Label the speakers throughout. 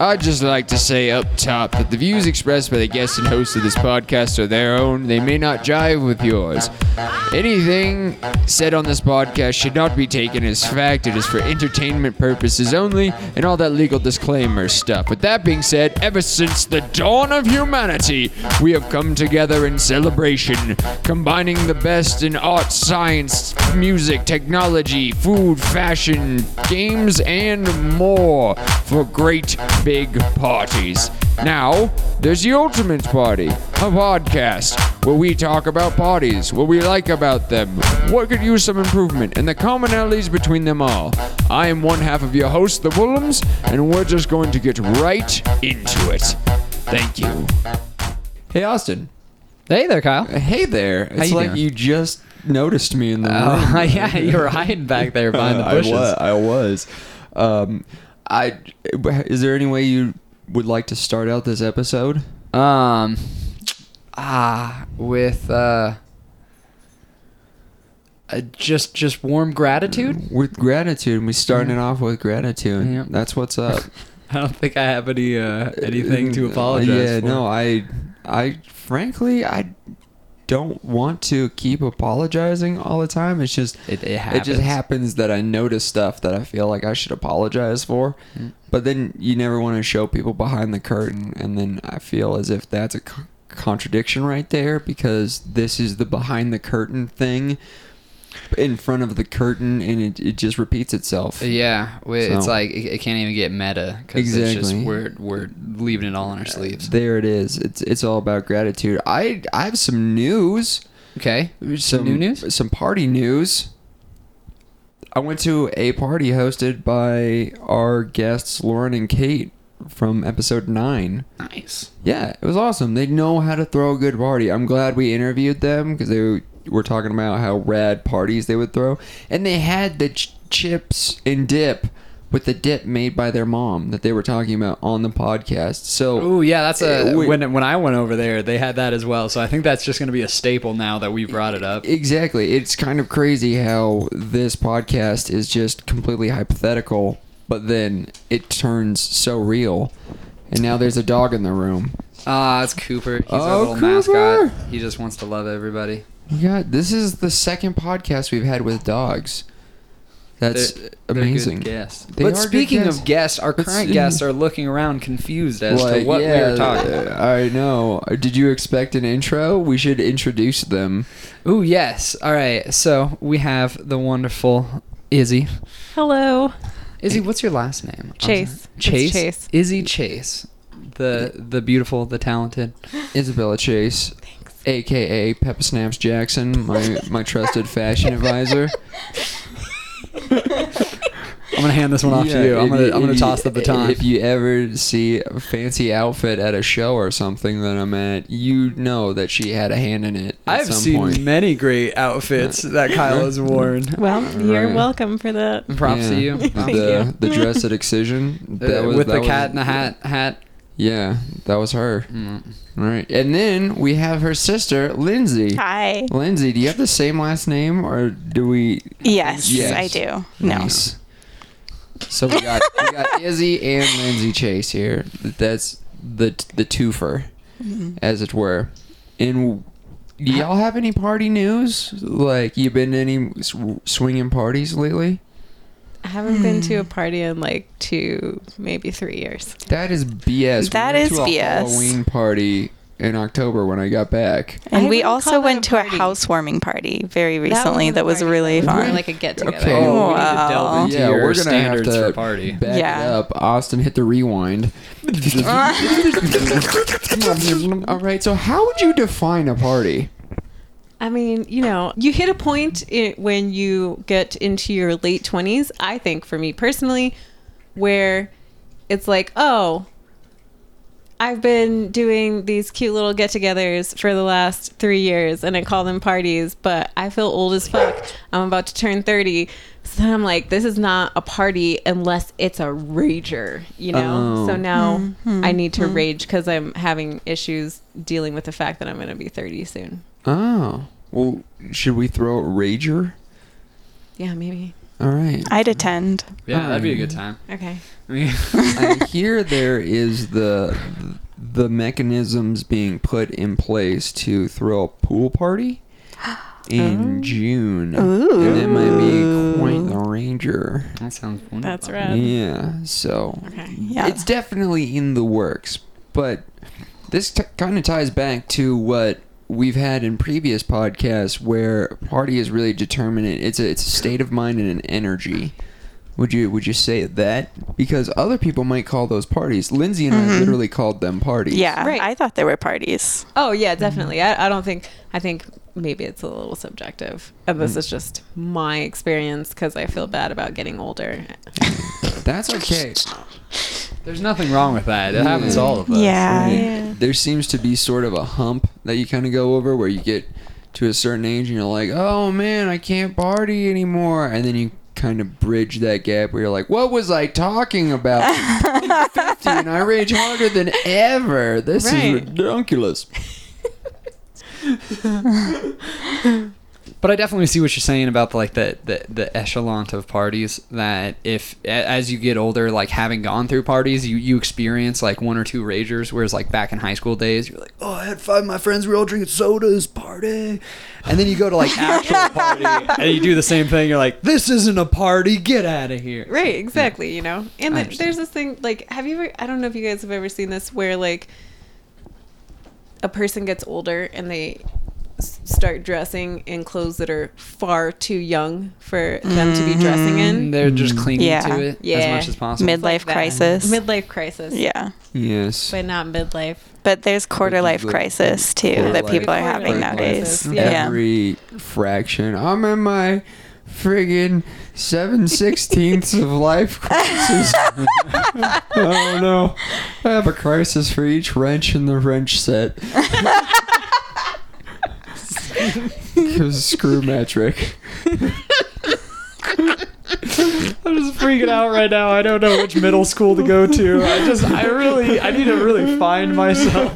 Speaker 1: I'd just like to say up top that the views expressed by the guests and hosts of this podcast are their own. They may not jive with yours. Anything said on this podcast should not be taken as fact. It is for entertainment purposes only and all that legal disclaimer stuff. With that being said, ever since the dawn of humanity, we have come together in celebration, combining the best in art, science, music, technology, food, fashion, games, and more for great big parties. Now, there's the Ultimate Party, a podcast where we talk about parties, what we like about them, what could use some improvement, and the commonalities between them all. I am one half of your host, the Woolums, and we're just going to get right into it. Thank you. Hey, Austin.
Speaker 2: Hey there, Kyle.
Speaker 1: Hey there. It's
Speaker 2: you
Speaker 1: like
Speaker 2: doing?
Speaker 1: you just noticed me in the room.
Speaker 2: Oh, yeah, you were hiding back there behind the bushes.
Speaker 1: I was. I was. Um, I, is there any way you would like to start out this episode?
Speaker 2: Um, ah, with uh, uh, just just warm gratitude.
Speaker 1: With gratitude, and we starting it off with gratitude.
Speaker 2: Yeah.
Speaker 1: That's what's up.
Speaker 2: I don't think I have any uh, anything to apologize
Speaker 1: Yeah,
Speaker 2: for.
Speaker 1: no, I, I frankly, I don't want to keep apologizing all the time. It's just
Speaker 2: It- it
Speaker 1: it just
Speaker 2: happens.
Speaker 1: happens that I notice stuff that I feel like I should apologize for, but then you never want to show people behind the curtain, and then I feel as if that's a con- contradiction right there because this is the behind the curtain thing in front of the curtain and it, it just repeats itself
Speaker 2: Yeah, we- it's
Speaker 1: So-
Speaker 2: like it, it can't even get meta because it's
Speaker 1: Exactly.
Speaker 2: just we're we're leaving it all on our sleeves.
Speaker 1: There it is. It's it's all about gratitude. I I have some news.
Speaker 2: Okay,
Speaker 1: Some
Speaker 2: new news?
Speaker 1: Some party news. I went to a party hosted by our guests Lauren and Kate from episode nine.
Speaker 2: nice.
Speaker 1: Yeah, it was awesome. They know how to throw a good party. I'm glad we interviewed them because they were talking about how rad parties they would throw, and they had the ch- chips and dip with the dip made by their mom that they were talking about on the podcast. So
Speaker 2: Oh yeah, that's a
Speaker 1: Uh, we-
Speaker 2: when when I went over there, they had that as well. So I think that's just going to be a staple now that we brought it up.
Speaker 1: Exactly. It's kind of crazy how this podcast is just completely hypothetical, but then it turns so real. And now there's a dog in the room.
Speaker 2: Ah, it's Cooper. He's our
Speaker 1: Oh,
Speaker 2: little
Speaker 1: Cooper!
Speaker 2: mascot. He just wants to love everybody.
Speaker 1: Yeah, this is the second podcast we've had with dogs. That's
Speaker 2: They're- they're good
Speaker 1: amazing.
Speaker 2: guests.
Speaker 1: They
Speaker 2: but
Speaker 1: are good
Speaker 2: speaking
Speaker 1: guests.
Speaker 2: of guests, our
Speaker 1: Let's-
Speaker 2: current guests are looking around confused as to
Speaker 1: Like,
Speaker 2: what we
Speaker 1: yeah, uh,
Speaker 2: are talking. about.
Speaker 1: I know. Did you expect an intro? We should introduce them.
Speaker 2: Ooh, yes. All right. So we have the wonderful Izzy.
Speaker 3: Hello.
Speaker 2: Izzy, what's your last name? I'm
Speaker 3: Chase.
Speaker 2: sorry.
Speaker 3: It's
Speaker 2: Chase.
Speaker 3: Chase.
Speaker 2: Izzy Chase. The the beautiful, the talented.
Speaker 1: Isabella Chase, aka Peppa Snaps Jackson, my my trusted fashion advisor.
Speaker 2: I'm gonna hand this one off
Speaker 1: Yeah,
Speaker 2: to you. I'm
Speaker 1: if
Speaker 2: gonna I'm gonna
Speaker 1: if
Speaker 2: toss the baton.
Speaker 1: If you ever see a fancy outfit at a show or something that I'm at, you know that she had a hand in it. At
Speaker 2: I've
Speaker 1: some
Speaker 2: seen
Speaker 1: Point.
Speaker 2: many great outfits that Kyle has worn.
Speaker 3: Well, you're
Speaker 1: right.
Speaker 3: welcome for that.
Speaker 2: Props to
Speaker 1: Yeah.
Speaker 2: you. Props to you.
Speaker 1: The, the dress at Excision that
Speaker 2: Uh,
Speaker 1: was-
Speaker 2: with
Speaker 1: that
Speaker 2: the
Speaker 1: was-
Speaker 2: cat in the hat hat.
Speaker 1: Yeah, that was her. All right, and then we have her sister Lindsay.
Speaker 3: Hi.
Speaker 1: Lindsay, do you have the same last name, or do we?
Speaker 3: Yes,
Speaker 1: Yes.
Speaker 3: I do. No.
Speaker 1: Nice. So we got we got Izzy and Lindsay Chase here. That's the the twofer,
Speaker 3: Mm-hmm.
Speaker 1: as it were. And do y'all have any party news? Like you been to any sw- swinging parties lately?
Speaker 3: I haven't been to
Speaker 4: Hmm.
Speaker 3: a party in like two, maybe three years.
Speaker 1: That is BS.
Speaker 3: That
Speaker 1: went
Speaker 3: is
Speaker 1: to a
Speaker 3: BS.
Speaker 1: Halloween party in October when I got back.
Speaker 3: And
Speaker 4: I
Speaker 3: we
Speaker 4: wouldn't
Speaker 3: also
Speaker 4: call that
Speaker 3: went
Speaker 4: a
Speaker 3: to a
Speaker 4: party.
Speaker 3: housewarming party very
Speaker 4: That
Speaker 3: recently
Speaker 4: wasn't
Speaker 3: that
Speaker 4: a
Speaker 3: was
Speaker 4: party.
Speaker 3: really
Speaker 4: It was more
Speaker 3: fun.
Speaker 4: like a get together.
Speaker 1: Okay.
Speaker 3: Oh,
Speaker 2: we need to
Speaker 3: wow.
Speaker 2: delve into
Speaker 1: Yeah,
Speaker 2: your
Speaker 1: we're gonna
Speaker 2: standards
Speaker 1: have to
Speaker 2: for party.
Speaker 1: back it
Speaker 3: Yeah.
Speaker 1: up. Austin hit the rewind. All right, so how would you define a party?
Speaker 4: I mean, you know, you hit a point i when you get into your late 20s, I think for me personally, where it's like, oh, I've been doing these cute little get togethers for the last three years and I call them parties, but I feel old as fuck. I'm about to turn 30. So then I'm like, this is not a party unless it's a rager, you know?
Speaker 1: Oh.
Speaker 4: So now I need to rage because I'm having issues dealing with the fact that I'm going to be 30 soon.
Speaker 1: Oh. Well, should we throw a rager?
Speaker 4: Yeah, maybe.
Speaker 1: All right.
Speaker 5: I'd attend.
Speaker 2: Yeah, that'd be a good time.
Speaker 4: Okay.
Speaker 1: I hear there is the the mechanisms being put in place to throw a pool party in June, and it might be quite the ranger.
Speaker 2: that sounds wonderful.
Speaker 3: That's right.
Speaker 1: Yeah, so
Speaker 5: Um, Yeah.
Speaker 1: it's definitely in the works, but this t- kind of ties back to what we've had in previous podcasts, where party is really determinant. It's a it's a state of mind and an energy. Would you would you say that? Because other people might call those parties. Lindsay and I literally called them parties.
Speaker 5: Mm-hmm. yeah.
Speaker 4: Right.
Speaker 5: I thought there were parties.
Speaker 4: Oh yeah, definitely. I, I don't think I think maybe it's a little subjective, and this is just my experience because I feel bad about getting older.
Speaker 1: that's okay.
Speaker 2: There's nothing wrong with that. It happens to all of us.
Speaker 5: yeah.
Speaker 1: There seems to be sort of a hump that you kind of go over where you get to a certain age and you're like, oh man, I can't party anymore, and then you kind of bridge that gap where you're like, what was I talking about? I'm 50 and I rage harder than ever. This
Speaker 4: Right.
Speaker 1: is ridiculous.
Speaker 2: But I definitely see what you're saying about like the, the the echelon of parties. That if a- as you get older, like having gone through parties, you you experience like one or two ragers. Whereas like back in high school days, you're like, oh, I had five of my friends. We were all drinking sodas, party. And then you go to like actual party, and you do the same thing. You're like, this isn't a party. Get out of here.
Speaker 4: Right, exactly. You know, and
Speaker 2: I
Speaker 4: the,
Speaker 2: understand.
Speaker 4: there's this thing like, have you ever? I don't know if you guys have ever seen this where like a person gets older and they s- start dressing in clothes that are far too young for them to be dressing in.
Speaker 2: They're just clinging
Speaker 5: Yeah.
Speaker 2: to it as
Speaker 4: Yeah.
Speaker 2: much as possible.
Speaker 5: Midlife
Speaker 4: Like that.
Speaker 5: crisis.
Speaker 4: midlife crisis.
Speaker 5: yeah.
Speaker 1: Yes.
Speaker 4: but not midlife.
Speaker 5: But there's quarter life
Speaker 1: Like,
Speaker 5: crisis too that
Speaker 2: life
Speaker 5: people are
Speaker 4: crisis.
Speaker 5: having
Speaker 4: Quarter life
Speaker 5: nowadays.
Speaker 4: crisis,
Speaker 5: Yeah.
Speaker 1: Every fraction. I'm in my friggin' seven sixteenths of life crisis. oh no. I have a crisis for each wrench in the wrench set. Because screw metric.
Speaker 2: I'm just freaking out right now. I don't know which middle school to go to. I just, I really, I need to really find myself.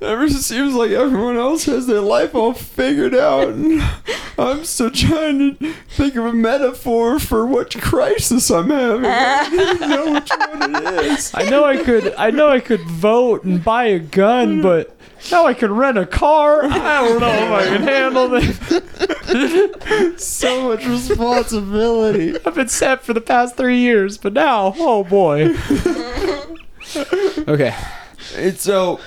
Speaker 1: Ever seems like everyone else has their life all figured out, and I'm still trying to think of a metaphor for what crisis I'm having. I don't even know which one it is.
Speaker 2: I know I could, I know I could vote and buy a gun, but now I can rent a car. I don't know if I can handle this.
Speaker 1: so much responsibility.
Speaker 2: I've been set for the past three years, but now, oh boy. okay.
Speaker 1: And so,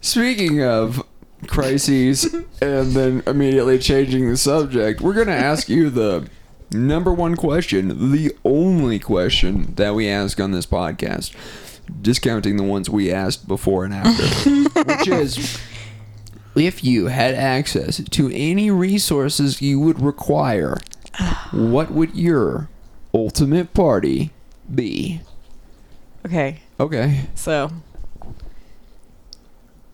Speaker 1: speaking of crises, and then immediately changing the subject, we're gonna ask you the number one question, the only question that we ask on this podcast, discounting the ones we asked before and after, which is. If you had access to any resources you would require, what would your ultimate party be?
Speaker 4: Okay,
Speaker 1: Okay.
Speaker 4: so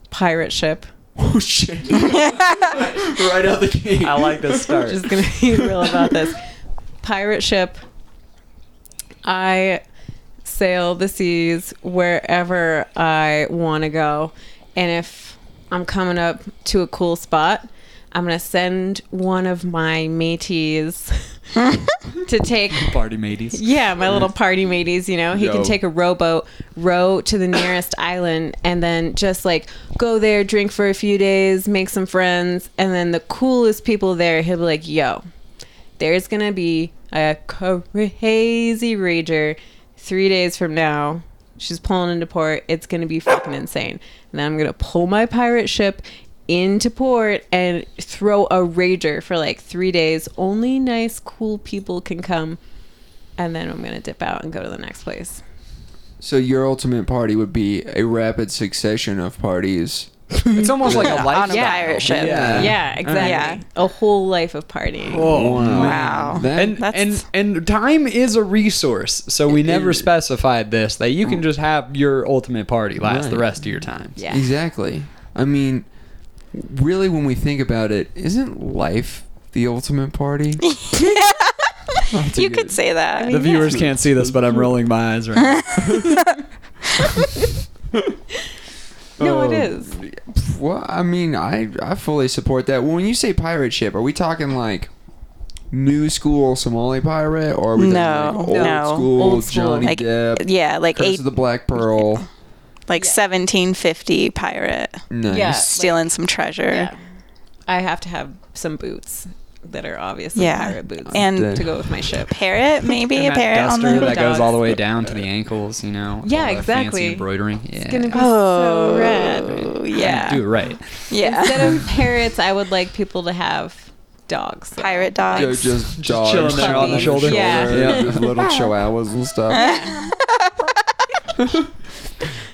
Speaker 4: pirate ship.
Speaker 1: Oh shit! right out the gate.
Speaker 2: I like this start.
Speaker 4: just gonna be real about this. Pirate ship. I sail the seas wherever I want to go, and if I'm coming up to a cool spot, I'm gonna send one of my mateys to take
Speaker 2: Party mateys.
Speaker 4: yeah, my little party mateys, you know, he
Speaker 1: Yo.
Speaker 4: can take a rowboat, row to the nearest island, and then just like go there, drink for a few days, make some friends, and then the coolest people there, he'll be like, yo, there's gonna be a crazy rager three days from now. She's pulling into port. It's gonna be fucking insane. And then I'm gonna pull my pirate ship into port and throw a rager for like three days. Only nice, cool people can come and then I'm gonna dip out and go to the next place.
Speaker 1: So your ultimate party would be a rapid succession of parties.
Speaker 2: It's almost like a
Speaker 5: On
Speaker 2: life.
Speaker 5: a pirate ship.
Speaker 1: Yeah.
Speaker 4: yeah, exactly.
Speaker 5: Yeah.
Speaker 4: A whole life of partying.
Speaker 2: Oh,
Speaker 5: Wow.
Speaker 1: That,
Speaker 2: and
Speaker 5: That's-
Speaker 2: and and time is a resource so we never specified this that you can just have your ultimate party last the
Speaker 1: Right.
Speaker 2: rest of your time
Speaker 4: yeah.
Speaker 1: exactly. I mean, really, when we think about it, isn't life the ultimate party?
Speaker 5: You could say that.
Speaker 2: the viewers can't see this but i'm rolling my eyes right now
Speaker 4: No, it is.
Speaker 1: Oh. Well, I mean, I I fully support that. When you say pirate ship, are we talking like new school Somali pirate, or are we talking
Speaker 5: No,
Speaker 1: like old,
Speaker 5: no.
Speaker 1: School
Speaker 4: Old school.
Speaker 1: Johnny
Speaker 5: Like,
Speaker 1: Depp,
Speaker 5: yeah, like
Speaker 1: Curse
Speaker 5: eight,
Speaker 1: of the Black Pearl?
Speaker 5: like 1750 pirate
Speaker 1: Nice.
Speaker 4: Yeah.
Speaker 5: stealing some treasure.
Speaker 4: Yeah. I have to have some boots that are obviously
Speaker 5: Yeah.
Speaker 4: pirate boots
Speaker 5: And-
Speaker 4: to go with my ship.
Speaker 5: Parrot, maybe a
Speaker 2: And that
Speaker 5: parrot on
Speaker 2: duster
Speaker 5: the.
Speaker 2: that goes
Speaker 4: Dogs.
Speaker 2: all the way down to the ankles, you know. with
Speaker 4: Yeah,
Speaker 2: all the
Speaker 4: exactly.
Speaker 2: Fancy embroidery. Yeah.
Speaker 4: It's gonna be so rad.
Speaker 5: Oh,
Speaker 2: Do it
Speaker 5: yeah,
Speaker 2: right.
Speaker 5: yeah.
Speaker 4: Instead of parrots, I would like people to have dogs.
Speaker 5: Pirate
Speaker 1: They're
Speaker 5: dogs.
Speaker 1: just dogs
Speaker 2: Just chilling there on the shoulder.
Speaker 4: Yeah.
Speaker 2: Yeah.
Speaker 1: just little chihuahuas and stuff.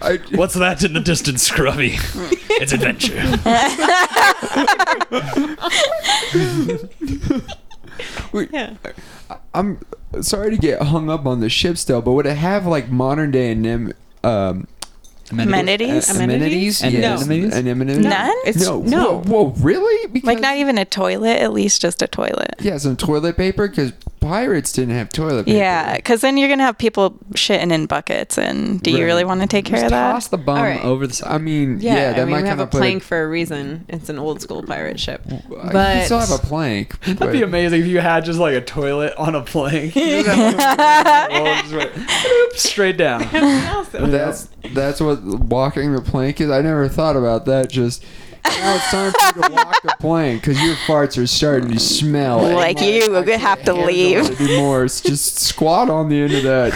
Speaker 1: I,
Speaker 6: What's that in the distance, Scrubby? it's adventure.
Speaker 4: Yeah.
Speaker 1: I'm sorry to get hung up on the ship still, but would it have like modern day anem- um,
Speaker 5: Amenities?
Speaker 1: amenities?
Speaker 4: Amenities?
Speaker 1: Yes.
Speaker 2: No.
Speaker 1: Amenities?
Speaker 5: None?
Speaker 4: It's-
Speaker 1: no.
Speaker 4: no.
Speaker 1: Whoa, whoa, really? Because,
Speaker 5: Like not even a toilet, at least just a toilet.
Speaker 1: Yeah, some toilet paper because pirates didn't have toilet paper.
Speaker 5: Yeah, because then you're gonna have people shitting in buckets, and do you
Speaker 1: Right.
Speaker 5: really want to take care
Speaker 2: Just
Speaker 5: of that?
Speaker 2: toss the bum
Speaker 4: All right.
Speaker 2: over the side.
Speaker 1: I mean, yeah,
Speaker 4: Yeah,
Speaker 1: that
Speaker 4: I mean,
Speaker 1: might
Speaker 4: we have
Speaker 1: kind
Speaker 4: a
Speaker 1: of put.
Speaker 4: plank for a reason. It's an old school pirate ship.
Speaker 1: you
Speaker 4: but-
Speaker 1: still have a plank.
Speaker 6: That'd be amazing if you had just like a toilet on a plank. straight down.
Speaker 1: That's that's what walking the plank is. I never thought about that. Just now it's time for you to walk the plank because your farts are starting to smell.
Speaker 5: Like you would have to leave.
Speaker 1: Anymore. It's just squat on the end of that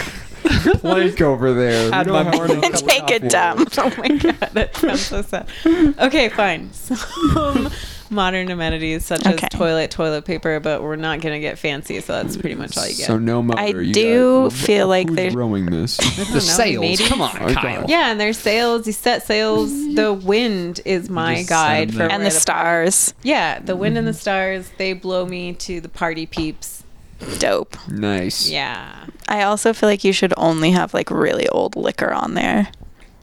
Speaker 1: plank over there.
Speaker 6: Had
Speaker 1: We
Speaker 6: my
Speaker 1: don't have
Speaker 6: morning
Speaker 1: to
Speaker 6: cup of
Speaker 5: Take a
Speaker 1: coffee.
Speaker 5: dump.
Speaker 4: Oh my god, that sounds so sad. Okay, fine. Some modern amenities such
Speaker 5: Okay.
Speaker 4: as toilet, toilet paper, but we're not gonna get fancy, so that's pretty much all you get.
Speaker 1: So no motor.
Speaker 5: I
Speaker 1: you
Speaker 5: do
Speaker 1: guys-
Speaker 5: feel like
Speaker 1: Who's
Speaker 5: there-
Speaker 1: rowing this?
Speaker 2: the sails.
Speaker 4: maybe.
Speaker 2: Come on,
Speaker 1: Okay.
Speaker 2: Kyle.
Speaker 4: yeah, and there's sails. You set sails. The wind is my
Speaker 2: Just set
Speaker 4: guide
Speaker 2: them
Speaker 4: for
Speaker 2: there.
Speaker 5: and
Speaker 4: where
Speaker 5: the stars.
Speaker 4: Yeah, the wind and the stars. They blow me to the party peeps.
Speaker 5: Dope.
Speaker 1: nice.
Speaker 4: Yeah,
Speaker 5: I also feel like you should only have like really old liquor on there,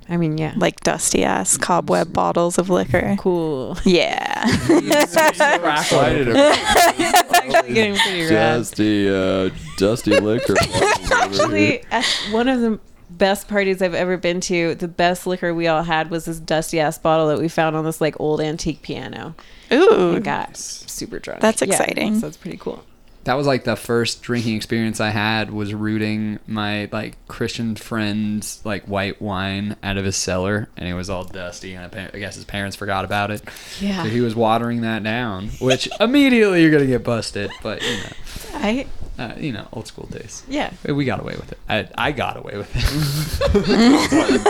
Speaker 4: I mean, yeah,
Speaker 5: like dusty ass cobweb bottles of liquor.
Speaker 4: cool.
Speaker 5: Yeah.
Speaker 1: Excited about
Speaker 4: Getting pretty rad.
Speaker 1: dusty, uh, dusty liquor.
Speaker 4: Actually, at one of the best parties I've ever been to, the best liquor we all had was this dusty ass bottle that we found on this like old antique piano.
Speaker 5: Ooh.
Speaker 4: We got super drunk.
Speaker 5: That's
Speaker 4: Yeah,
Speaker 5: exciting.
Speaker 4: so it's pretty cool.
Speaker 2: That was like the first drinking experience I had was rooting my like Christian friend's like white wine out of his cellar, and it was all dusty, and I pa- I guess his parents forgot about it.
Speaker 4: Yeah.
Speaker 2: So he was watering that down, which immediately you're gonna get busted. But you
Speaker 4: I
Speaker 2: know, uh, you know, old school days.
Speaker 4: yeah
Speaker 2: We got away with it. I, I got away with it.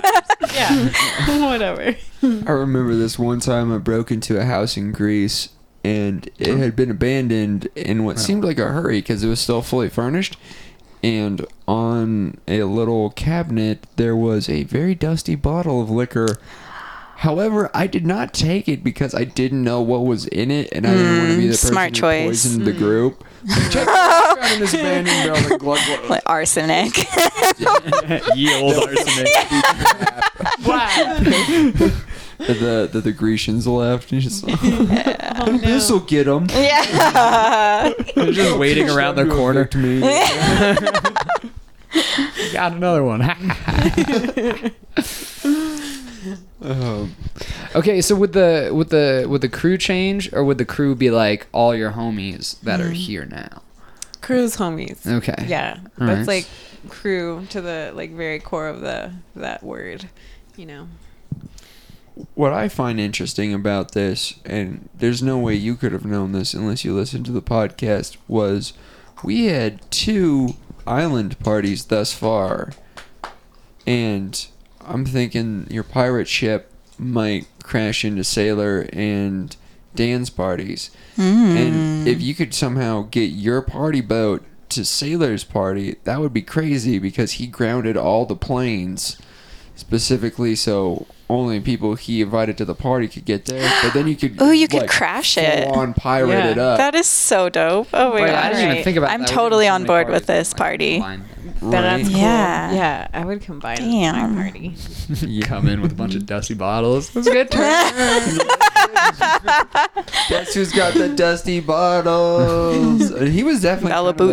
Speaker 4: yeah whatever.
Speaker 1: I remember this one time I broke into a house in Greece and it had been abandoned in what seemed like a hurry because it was still fully furnished. And on a little cabinet, there was a very dusty bottle of liquor. However, I did not take it because I didn't know what was in it, and I didn't want to be the
Speaker 5: Mm,
Speaker 1: person
Speaker 5: smart
Speaker 1: who
Speaker 5: choice. Hmm.
Speaker 1: poisoned the group. Check out this abandoned building, glug, glug.
Speaker 5: Like arsenic.
Speaker 6: Ye old arsenic.
Speaker 1: that the that the Grecians left. And just, This will get them.
Speaker 5: yeah.
Speaker 2: They're just waiting around their corner.
Speaker 1: to me.
Speaker 2: Got another one.
Speaker 1: Um,
Speaker 2: Okay, so would the would the would the crew change, or would the crew be like all your homies that are here now?
Speaker 4: Cruise homies.
Speaker 2: Okay.
Speaker 4: Yeah,
Speaker 2: All
Speaker 4: that's
Speaker 2: right.
Speaker 4: like crew to the like very core of the that word. You know.
Speaker 1: what I find interesting about this, and there's no way you could have known this unless you listened to the podcast, was we had two island parties thus far, and I'm thinking your pirate ship might crash into Sailor and Dan's parties,
Speaker 5: Hmm.
Speaker 1: and if you could somehow get your party boat to Sailor's party, that would be crazy because he grounded all the planes specifically so only people he invited to the party could get there. But then you could
Speaker 5: Ooh, you could crash it.
Speaker 1: on pirate
Speaker 4: Yeah.
Speaker 1: it up.
Speaker 5: That is so dope. Oh my
Speaker 2: Wait,
Speaker 5: god.
Speaker 2: I didn't even think about.
Speaker 5: I'm
Speaker 2: that. We're
Speaker 5: totally
Speaker 2: doing so
Speaker 5: on
Speaker 2: many
Speaker 5: board with
Speaker 2: parties.
Speaker 5: this
Speaker 2: Like,
Speaker 5: party.
Speaker 2: combine them.
Speaker 1: right?
Speaker 4: That's cool.
Speaker 5: Yeah.
Speaker 4: Yeah, I would combine it with
Speaker 5: Damn.
Speaker 4: my party.
Speaker 2: Come in with a bunch of dusty bottles. Let's get
Speaker 1: Guess who's got the dusty bottles? And he was definitely
Speaker 5: Bella
Speaker 1: kind of like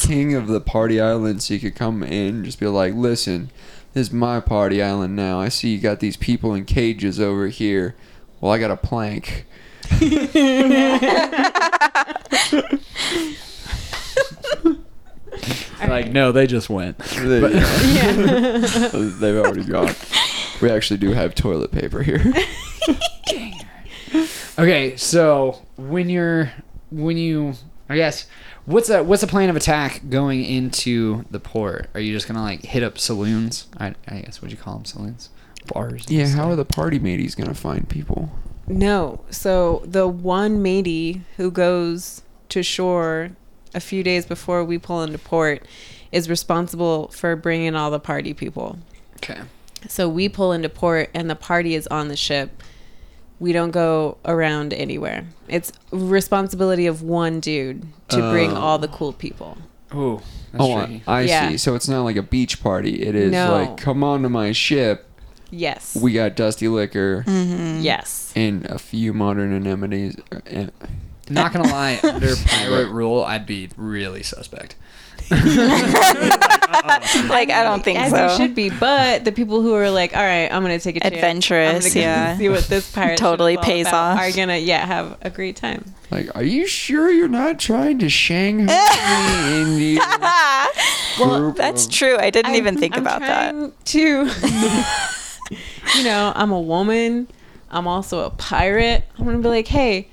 Speaker 1: the king of the party island. So you could come in and just be like, "Listen, this is my party island now. I see you got these people in cages over here. Well, I got a plank.
Speaker 2: Like, no, they just went.
Speaker 1: They, They've already gone. We actually do have toilet paper here.
Speaker 2: Okay, so when you're when you I guess what's a what's a plan of attack going into the port? Are you just gonna like hit up saloons? I, I guess what do you call them saloons? Bars. and
Speaker 1: Yeah,
Speaker 2: stuff.
Speaker 1: how are the party mateys gonna find people?
Speaker 4: No. So the one matey who goes to shore a few days before we pull into port is responsible for bringing all the party people.
Speaker 2: Okay.
Speaker 4: So we pull into port and the party is on the ship. We don't go around anywhere. It's responsibility of one dude to bring
Speaker 2: Oh.
Speaker 4: all the cool people.
Speaker 2: Ooh, that's
Speaker 1: Oh,
Speaker 2: tricky.
Speaker 1: I, I
Speaker 4: Yeah.
Speaker 1: see. So it's not like a beach party. It is
Speaker 4: No.
Speaker 1: like, come on to my ship.
Speaker 4: Yes.
Speaker 1: We got dusty liquor
Speaker 4: yes.
Speaker 1: and a few modern anemones. uh, And
Speaker 2: Not gonna lie, under pirate rule, I'd be really suspect.
Speaker 5: like I don't think
Speaker 4: As
Speaker 5: so.
Speaker 4: you should be, but the people who are like, "All right, I'm gonna take a chance.
Speaker 5: Adventurous,
Speaker 4: I'm gonna go
Speaker 5: yeah.
Speaker 4: See what this pirate ship
Speaker 5: Totally
Speaker 4: is all
Speaker 5: pays
Speaker 4: about,"
Speaker 5: off.
Speaker 4: Are gonna, yeah, have a great time.
Speaker 1: like, are you sure you're not trying to Shanghai me in your group
Speaker 5: That's
Speaker 1: of-
Speaker 5: true. I didn't
Speaker 4: I-
Speaker 5: even think
Speaker 4: I'm
Speaker 5: about that.
Speaker 4: trying To, you know, I'm a woman. I'm also a pirate. I'm gonna be like, hey,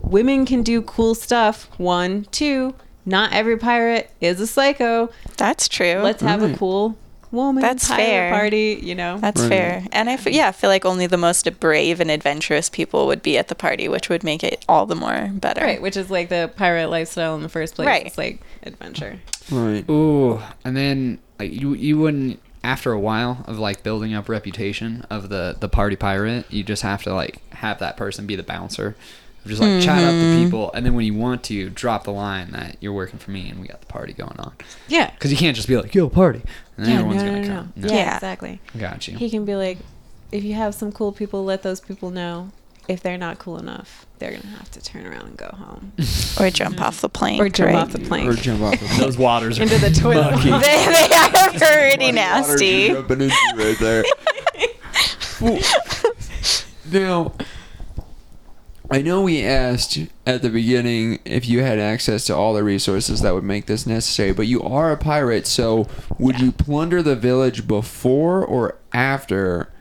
Speaker 4: women can do cool stuff. One, two. Not every pirate is a psycho.
Speaker 5: That's true.
Speaker 4: Let's have
Speaker 1: Right.
Speaker 4: a cool woman
Speaker 5: Oh, That's
Speaker 4: pirate
Speaker 5: fair.
Speaker 4: party. You know,
Speaker 5: That's
Speaker 1: Right.
Speaker 5: fair. And I f- yeah, I feel like only the most brave and adventurous people would be at the party, which would make it all the more better.
Speaker 4: right? Which is like the pirate lifestyle in the first place.
Speaker 5: Right.
Speaker 4: It's like adventure.
Speaker 1: Right.
Speaker 2: Ooh, and then like you you wouldn't after a while of like building up reputation of the the party pirate, you just have to like have that person be the bouncer. Just like chat up the
Speaker 4: Mm-hmm.
Speaker 2: people, and then when you want to, drop the line that you're working for me and we got the party going on.
Speaker 4: Yeah.
Speaker 2: Because you can't just be like, "Yo, party," and then
Speaker 4: Yeah,
Speaker 2: everyone's
Speaker 4: no,
Speaker 2: gonna
Speaker 4: no, no,
Speaker 2: come.
Speaker 4: no.
Speaker 2: No,
Speaker 4: Yeah,
Speaker 5: Yeah.
Speaker 4: exactly.
Speaker 2: Got you.
Speaker 4: He can be like, if you have some cool people, let those people know. If they're not cool enough, they're gonna have to turn around and go home
Speaker 5: Or jump off the plane.
Speaker 4: Mm-hmm. or jump
Speaker 5: right?
Speaker 4: off the
Speaker 1: Or
Speaker 4: plane
Speaker 1: jump off a
Speaker 6: Those waters are
Speaker 4: into the toilet.
Speaker 5: They, they are pretty nasty.
Speaker 1: Jumping into right there. Ooh. now, I know we asked at the beginning if you had access to all the resources that would make this necessary, but you are a pirate, so would you plunder the village before or after,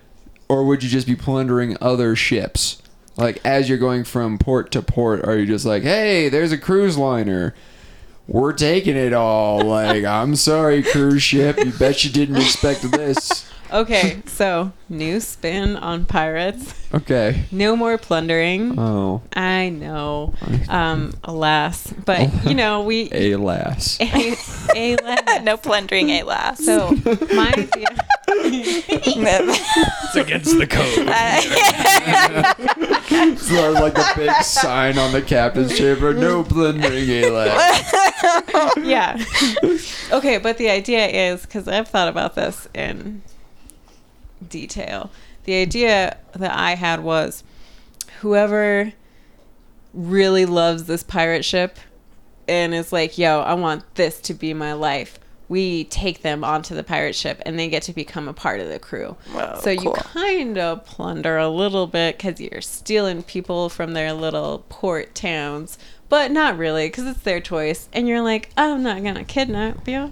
Speaker 1: or would you just be plundering other ships? Like as you're going from port to port, are you just like, "Hey, there's a cruise liner." we're taking it all. Like, I'm sorry, cruise ship. You bet you didn't expect this.
Speaker 4: okay, so new spin on pirates.
Speaker 1: Okay.
Speaker 4: No more plundering.
Speaker 1: Oh,
Speaker 4: I know, um, alas, but you know we.
Speaker 1: alas.
Speaker 4: Oh. A- alas.
Speaker 5: no plundering at last.
Speaker 4: So my idea.
Speaker 6: It's against the code.
Speaker 1: So like a big sign on the captain's chamber. No plundering, alas.
Speaker 4: yeah. okay, but the idea is because I've thought about this in detail. The idea that I had was whoever really loves this pirate ship and is like, yo, I want this to be my life. We take them onto the pirate ship and they get to become a part of the crew.
Speaker 5: Whoa,
Speaker 4: so you
Speaker 5: cool.
Speaker 4: kind of plunder a little bit because you're stealing people from their little port towns, but not really because it's their choice. And you're like, I'm not going to kidnap you.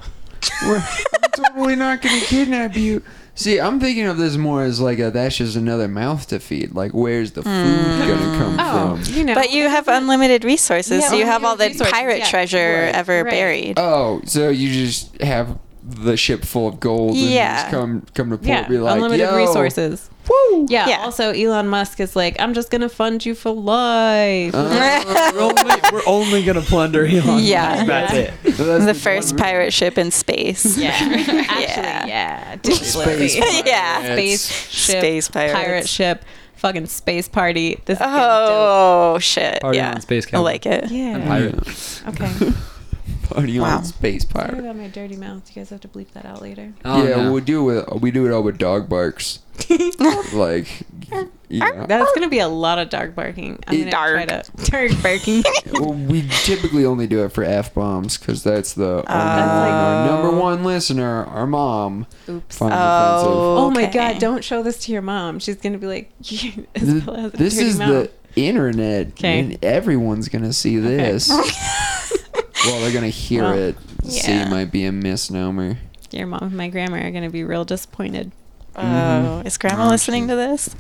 Speaker 1: We're I'm totally not going to kidnap you. See, I'm thinking of this more as like a that's just another mouth to feed. Like, where's the food gonna come
Speaker 4: Oh,
Speaker 1: from?
Speaker 4: you know.
Speaker 5: but you have unlimited resources.
Speaker 4: Yeah,
Speaker 5: so you have all the
Speaker 4: unlimited resources,
Speaker 5: pirate
Speaker 4: yeah,
Speaker 5: treasure
Speaker 4: right,
Speaker 5: ever
Speaker 4: right.
Speaker 5: buried.
Speaker 1: Oh, so you just have the ship full of gold and
Speaker 5: Yeah.
Speaker 1: just come come to port
Speaker 4: yeah,
Speaker 1: and be like,
Speaker 4: unlimited
Speaker 1: Yo,
Speaker 4: resources.
Speaker 1: Woo!
Speaker 4: Yeah,
Speaker 5: Yeah.
Speaker 4: Also, Elon Musk is like, I'm just gonna fund you for life.
Speaker 1: Uh.
Speaker 2: we're, only, we're only gonna plunder Elon. Musk.
Speaker 5: Yeah.
Speaker 2: that's it.
Speaker 1: So that's
Speaker 5: the
Speaker 1: just
Speaker 5: first
Speaker 1: one-
Speaker 5: pirate ship in space.
Speaker 4: yeah. Actually,
Speaker 5: Yeah.
Speaker 4: yeah. Digitally.
Speaker 1: Space pirate.
Speaker 5: Yeah.
Speaker 4: Space ship.
Speaker 5: Space pirates.
Speaker 4: Pirate ship. Fucking space party. This is oh.
Speaker 5: Oh shit!
Speaker 2: Party
Speaker 5: yeah,
Speaker 2: on space
Speaker 5: I
Speaker 2: cowboy.
Speaker 5: like it.
Speaker 4: Yeah.
Speaker 2: Pirate.
Speaker 4: Okay.
Speaker 1: Party on
Speaker 5: Wow.
Speaker 1: space
Speaker 4: Sorry
Speaker 1: pirate.
Speaker 4: about my dirty mouth. You guys have to bleep that out later.
Speaker 2: Oh,
Speaker 1: yeah,
Speaker 2: no.
Speaker 1: we do it. We do it all with dog barks. like, yeah.
Speaker 4: That's gonna be a lot of dog barking. I'm gonna
Speaker 5: Dark.
Speaker 4: try to dark barking.
Speaker 1: well, we typically only do it for f bombs because that's the only one on our number one listener, our mom,
Speaker 3: Oops.
Speaker 1: finds
Speaker 5: Oh.
Speaker 4: Oh my
Speaker 5: Okay.
Speaker 4: god, don't show this to your mom. She's going to be like, "You-
Speaker 1: offensive.
Speaker 4: Isabella has a
Speaker 1: Th- this
Speaker 4: dirty
Speaker 1: is
Speaker 4: mouth."
Speaker 1: the internet,
Speaker 4: Okay.
Speaker 1: and everyone's gonna see this. well, they're gonna hear
Speaker 4: Well,
Speaker 1: it.
Speaker 5: yeah.
Speaker 1: See, might be a misnomer.
Speaker 4: Your mom and my grandma are going to be real disappointed.
Speaker 5: Oh, is grandma
Speaker 1: Oh,
Speaker 5: listening
Speaker 1: shit.
Speaker 5: to this?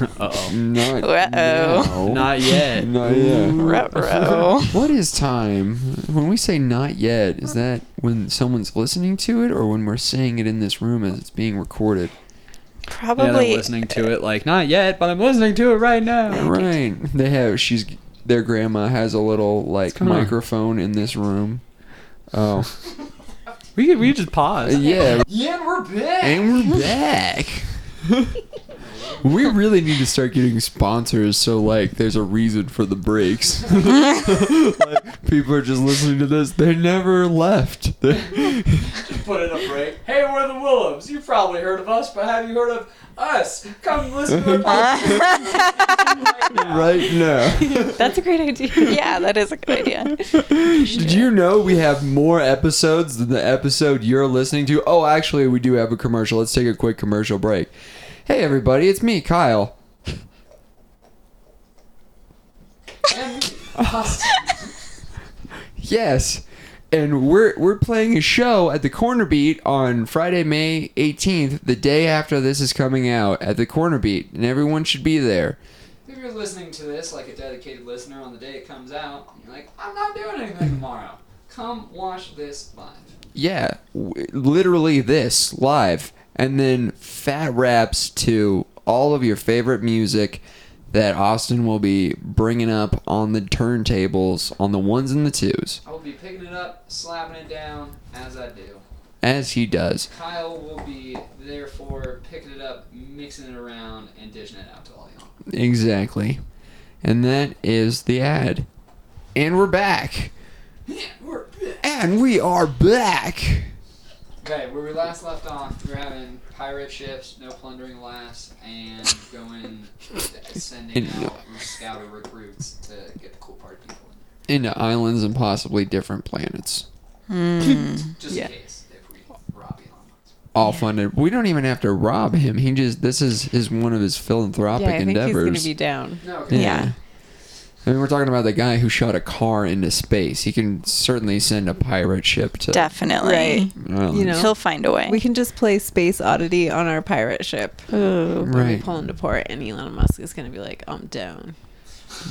Speaker 2: Uh-oh.
Speaker 1: Not
Speaker 5: Uh-oh.
Speaker 1: now.
Speaker 2: Not yet.
Speaker 1: Not yet.
Speaker 5: Mm, Ruh-roh.
Speaker 1: What is time? When we say not yet, is that when someone's listening to it or when we're saying it in this room as it's being recorded?
Speaker 2: Yeah,
Speaker 5: Probably.
Speaker 2: they're listening to it like not yet, but I'm listening to it right now.
Speaker 1: Right. They have she's their grandma has a little like
Speaker 2: Come on.
Speaker 1: microphone in this room. Oh.
Speaker 2: We could, we could just pause.
Speaker 1: yeah. Yeah, and we're back. And we're back. we really need to start getting sponsors so like there's a reason for the breaks. like, people are just listening to this. They never left. They-
Speaker 2: Put in a break. Hey, we're the Willows. You've probably heard of us, but have you heard of us? Come listen to us.
Speaker 1: right now.
Speaker 4: That's a great idea.
Speaker 5: yeah, that is a good idea.
Speaker 1: Did you know we have more episodes than the episode you're listening to? Oh, actually, we do have a commercial. Let's take a quick commercial break. Hey, everybody, it's me, Kyle. yes, and we're we're playing a show at the Corner Beat on Friday, May 18th, the day after this is coming out at the Corner Beat, and everyone should be there.
Speaker 2: If you're listening to this like a dedicated listener on the day it comes out, and you're like, I'm not doing anything tomorrow. Come watch this live.
Speaker 1: Yeah, w- literally this live, and then fat raps to all of your favorite music that Austin will be bringing up on the turntables on the ones and the twos
Speaker 2: I will be picking it up, slapping it down as I do.
Speaker 1: as he does.
Speaker 2: Kyle will be therefore picking it up, mixing it around, and dishing it out to all y'all.
Speaker 1: Exactly. And that is the ad. And we're back.
Speaker 2: We're,
Speaker 1: And we are back.
Speaker 2: okay, where we last left off, we were having pirate ships, no plundering lasts, and going uh, sending
Speaker 1: And-
Speaker 2: out scouter recruits to get the cool part people in
Speaker 1: Into islands and possibly different planets.
Speaker 2: there. Just in case if we rob Elon Musk.
Speaker 1: All funded. We don't even have to rob him. He just this is his one of his philanthropic
Speaker 4: Yeah, I think he's
Speaker 1: endeavors.
Speaker 4: going to be down.
Speaker 2: No, okay.
Speaker 1: Yeah.
Speaker 5: Yeah.
Speaker 1: I mean, we're talking about the guy who shot a car into space. He can certainly send a pirate ship to.
Speaker 5: Definitely.
Speaker 4: Right.
Speaker 1: Well,
Speaker 4: You know.
Speaker 5: He'll find a way.
Speaker 4: We can just play Space Oddity on our pirate ship. When We
Speaker 1: Right.
Speaker 4: pull into port, and Elon Musk is going to be like, I'm down.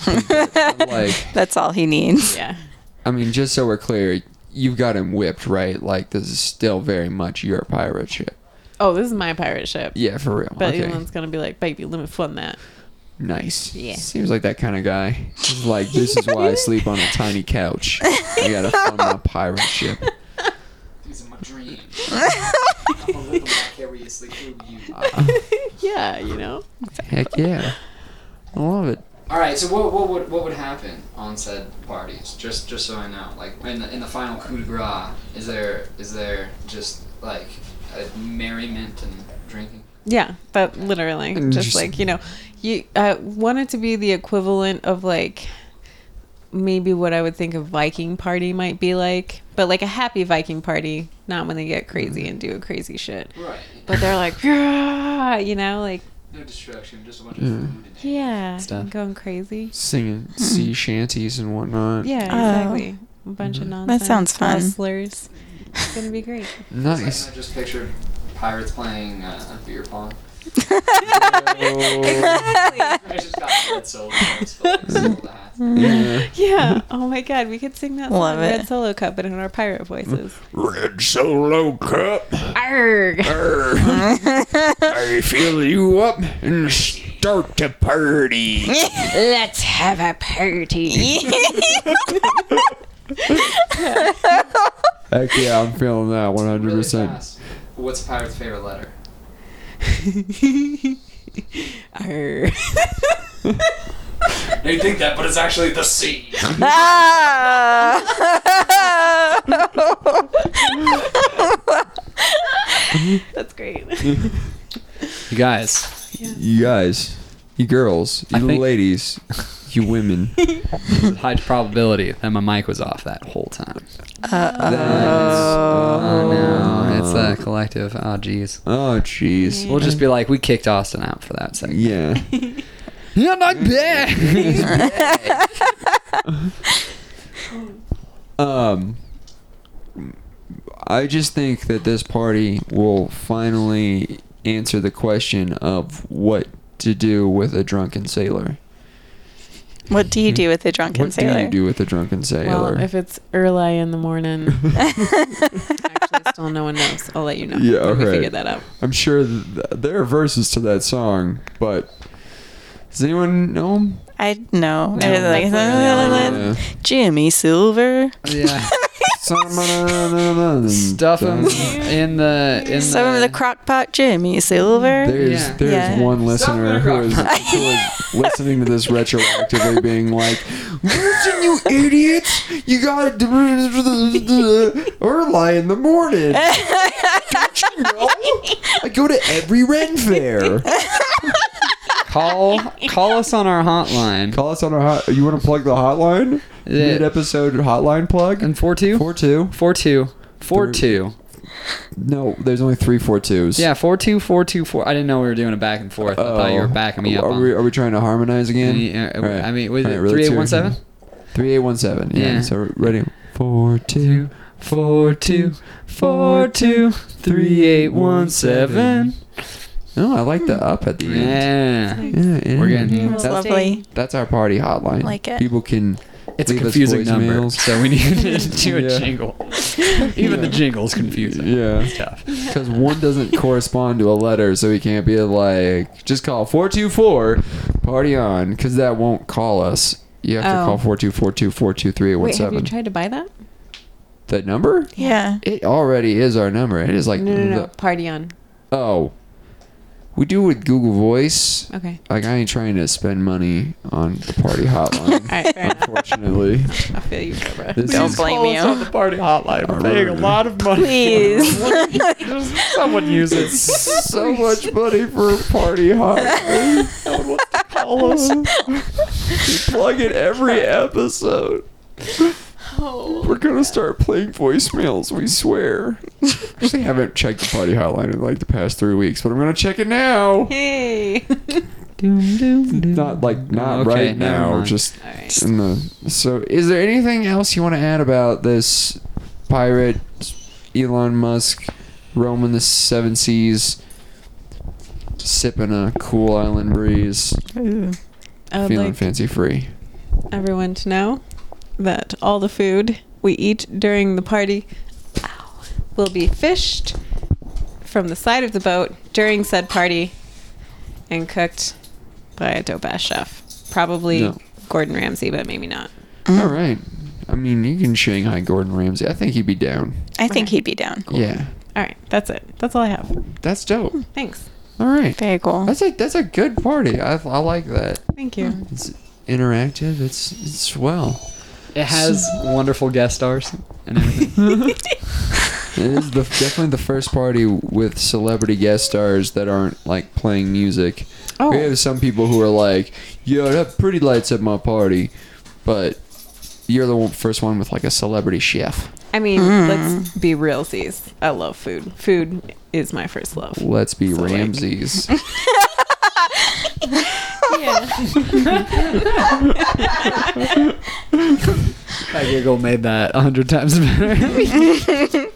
Speaker 1: Like,
Speaker 5: That's all he needs.
Speaker 4: Yeah.
Speaker 1: I mean, just so we're clear, you've got him whipped, right? Like, this is still very much your pirate ship.
Speaker 4: Oh, this is my pirate ship.
Speaker 1: Yeah, for real.
Speaker 4: But
Speaker 1: okay.
Speaker 4: Elon's going to be like, baby, let me fund that.
Speaker 1: Nice.
Speaker 4: Yeah.
Speaker 1: Seems like that kind of guy. He's like, this is why I sleep on a tiny couch. I gotta fund my pirate ship.
Speaker 2: These are my dreams. I'm gonna live them vicariously through you.
Speaker 4: Yeah, you know?
Speaker 1: Heck yeah. I love it.
Speaker 2: All right. So what what would what would happen on said parties? Just just so I know, like in the in the final coup de grace, is there is there just like a merriment and drinking?
Speaker 4: Yeah, but literally,
Speaker 1: And
Speaker 4: just
Speaker 1: just-
Speaker 4: like you know, you I want it to be the equivalent of like maybe what I would think a Viking party might be like, but like a happy Viking party, not when they get
Speaker 1: Mm.
Speaker 4: crazy and do crazy shit.
Speaker 2: Right.
Speaker 4: But they're like, "Yeah," you know, like
Speaker 2: No distraction, just a bunch of food. And
Speaker 4: yeah,
Speaker 1: Stuff.
Speaker 4: going crazy.
Speaker 1: Singing sea shanties and whatnot.
Speaker 4: Hmm. Yeah,
Speaker 5: Oh.
Speaker 4: exactly. A bunch
Speaker 1: Mm-hmm.
Speaker 4: of nonsense.
Speaker 5: That sounds
Speaker 4: all
Speaker 5: fun.
Speaker 4: Slurs. It's gonna be great.
Speaker 1: Nice.
Speaker 2: I just pictured pirates playing uh, beer pong. I just got red solo cups, but like sold the hats.
Speaker 1: Yeah.
Speaker 4: Yeah. Oh my God, we could sing that song,
Speaker 5: Love it.
Speaker 4: Red Solo Cup, but in our pirate voices.
Speaker 6: Red Solo Cup.
Speaker 4: Arg.
Speaker 6: I fill you up and start to party.
Speaker 4: Let's have a party.
Speaker 1: Heck yeah, I'm feeling that
Speaker 2: Really
Speaker 1: 100%.
Speaker 2: fast. What's a pirate's favorite letter?
Speaker 4: Arr.
Speaker 6: They think that, but it's actually the sea.
Speaker 4: That's great.
Speaker 2: You guys.
Speaker 1: You guys, you girls, you
Speaker 2: I think-
Speaker 1: ladies, you women.
Speaker 2: High probability that my mic was off that whole time. Oh no, it's a collective. Oh jeez.
Speaker 1: Oh, jeez.
Speaker 2: We'll just be like, we kicked Austin out for that second.
Speaker 1: Yeah.
Speaker 2: Yeah, not bad.
Speaker 1: Um, I just think that this party will finally answer the question of what to do with a drunken sailor.
Speaker 5: What do you do with a drunken
Speaker 1: what do
Speaker 5: sailor?
Speaker 1: you do with a drunken sailor?
Speaker 4: Well, if it's early in the morning, actually, still no one knows. I'll let you know.
Speaker 1: Yeah,
Speaker 4: when We
Speaker 1: alright.
Speaker 4: figure that out.
Speaker 1: I'm sure th- there are verses to that song, but does anyone know 'em?
Speaker 5: I know.
Speaker 2: No,
Speaker 5: I was like,
Speaker 1: Yeah.
Speaker 5: Jimmy Silver.
Speaker 2: yeah.
Speaker 1: Some-
Speaker 2: Stuff him in the in
Speaker 5: Some of the
Speaker 2: the.
Speaker 5: crockpot Jimmy Silver.
Speaker 1: There's
Speaker 2: Yeah.
Speaker 1: there's
Speaker 5: Yeah.
Speaker 1: one listener who is, who is listening to this retroactively, being like, "Listen, you idiots! You got to early in the morning. Don't you know? I go to every Ren fair.
Speaker 2: call call us on our hotline.
Speaker 1: Call us on our hot. You want to plug the hotline?
Speaker 2: Yeah.
Speaker 1: Mid episode hotline plug
Speaker 2: and four two
Speaker 1: four two.
Speaker 2: four two four two.
Speaker 1: No, there's only three four twos.
Speaker 2: Yeah, four two four two four. I didn't know we were doing a back and forth. I thought you were backing me up.
Speaker 1: Oh. Are
Speaker 2: on-
Speaker 1: we, are we trying to harmonize again?
Speaker 2: Yeah,
Speaker 1: All right.
Speaker 2: I mean, was
Speaker 1: All
Speaker 2: it
Speaker 1: right, really, it's your-
Speaker 2: 3817?
Speaker 1: 3817. Yeah.
Speaker 2: Yeah.
Speaker 1: So ready. Four, two,
Speaker 2: Four two four two three eight one seven.
Speaker 1: No, I like the up at the end.
Speaker 2: Yeah,
Speaker 1: Yeah, yeah.
Speaker 2: we're getting.
Speaker 5: That's
Speaker 1: That's,
Speaker 5: lovely.
Speaker 1: that's our party hotline.
Speaker 5: Like it.
Speaker 1: People can.
Speaker 2: It's a
Speaker 1: leave us
Speaker 2: confusing number,
Speaker 1: voicemails.
Speaker 2: so we need to do a
Speaker 1: Yeah.
Speaker 2: jingle. Even the jingle's confusing.
Speaker 1: Yeah.
Speaker 2: It's tough.
Speaker 1: Because one doesn't correspond to a letter, so we can't be like, just call 424 party on, because that won't call us. You have to
Speaker 4: Oh.
Speaker 1: call 424
Speaker 4: Wait, have you
Speaker 1: 423
Speaker 4: tried to buy that?
Speaker 1: That number?
Speaker 5: Yeah.
Speaker 1: It already is our number. It is like.
Speaker 4: No, no, no.
Speaker 1: the-
Speaker 4: Party on.
Speaker 1: oh. We do with Google Voice.
Speaker 4: Okay.
Speaker 1: Like I ain't trying to spend money on the party hotline.
Speaker 4: All right, fair enough.
Speaker 1: unfortunately,
Speaker 4: I feel you, Barbara.
Speaker 1: this
Speaker 5: Don't
Speaker 1: is
Speaker 5: blame you.
Speaker 2: the party hotline.
Speaker 1: We're paying a lot
Speaker 2: of money.
Speaker 5: Please.
Speaker 2: Someone use it.
Speaker 1: so much money for a party hotline. We plug it every episode. We're gonna start playing voicemails. We swear. Actually, I haven't checked the party hotline in like the past three weeks, but I'm gonna check it now.
Speaker 4: Hey.
Speaker 1: Not like not
Speaker 2: Okay,
Speaker 1: right
Speaker 2: never
Speaker 1: now.
Speaker 2: mind.
Speaker 1: Just
Speaker 4: All right.
Speaker 1: in the. So, is there anything else you want to add about this pirate Elon Musk roaming the seven seas, sipping a cool island breeze,
Speaker 4: I would
Speaker 1: feeling
Speaker 4: like
Speaker 1: fancy free?
Speaker 4: everyone to know that all the food we eat during the party ow, will be fished from the side of the boat during said party and cooked by a dope ass chef. Probably
Speaker 1: No.
Speaker 4: Gordon Ramsay, but maybe not.
Speaker 1: All right. I mean, you can Shanghai Gordon Ramsay. I think he'd be down.
Speaker 5: I think he'd be down.
Speaker 1: Yeah,
Speaker 4: All right, that's it. That's all I have.
Speaker 1: that's dope.
Speaker 4: Thanks.
Speaker 1: All right.
Speaker 5: Very cool.
Speaker 1: That's a that's a good party. I, I like that.
Speaker 4: Thank you.
Speaker 1: It's interactive. It's it's swell.
Speaker 2: It has wonderful guest stars and everything.
Speaker 1: It is the definitely the first party with celebrity guest stars that aren't like playing music.
Speaker 4: Oh.
Speaker 1: We have some people who are like, "Yo, that pretty lights at my party," but you're the one, first one with like a celebrity chef.
Speaker 4: I mean,
Speaker 1: Mm.
Speaker 4: let's be real, C's. I love food. Food is my first love.
Speaker 1: Let's be
Speaker 4: So, like-
Speaker 1: Ramses.
Speaker 4: Yeah.
Speaker 2: That giggle made that a hundred times better.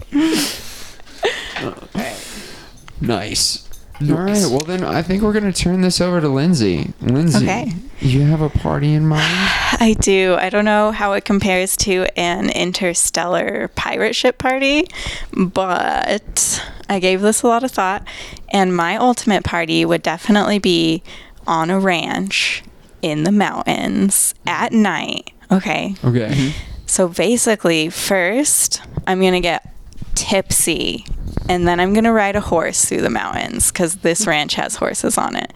Speaker 1: nice. Uh, All right. Well, then I think we're gonna turn this over to Lindsay. Lindsay,
Speaker 5: Okay.
Speaker 1: you have a party in mind?
Speaker 5: I do. I don't know how it compares to an interstellar pirate ship party, but I gave this a lot of thought, and my ultimate party would definitely be on a ranch in the mountains at night. Okay.
Speaker 1: Okay.
Speaker 2: Mm-hmm.
Speaker 5: So basically, first, I'm going to get tipsy. And then I'm gonna ride a horse through the mountains because this ranch has horses on it.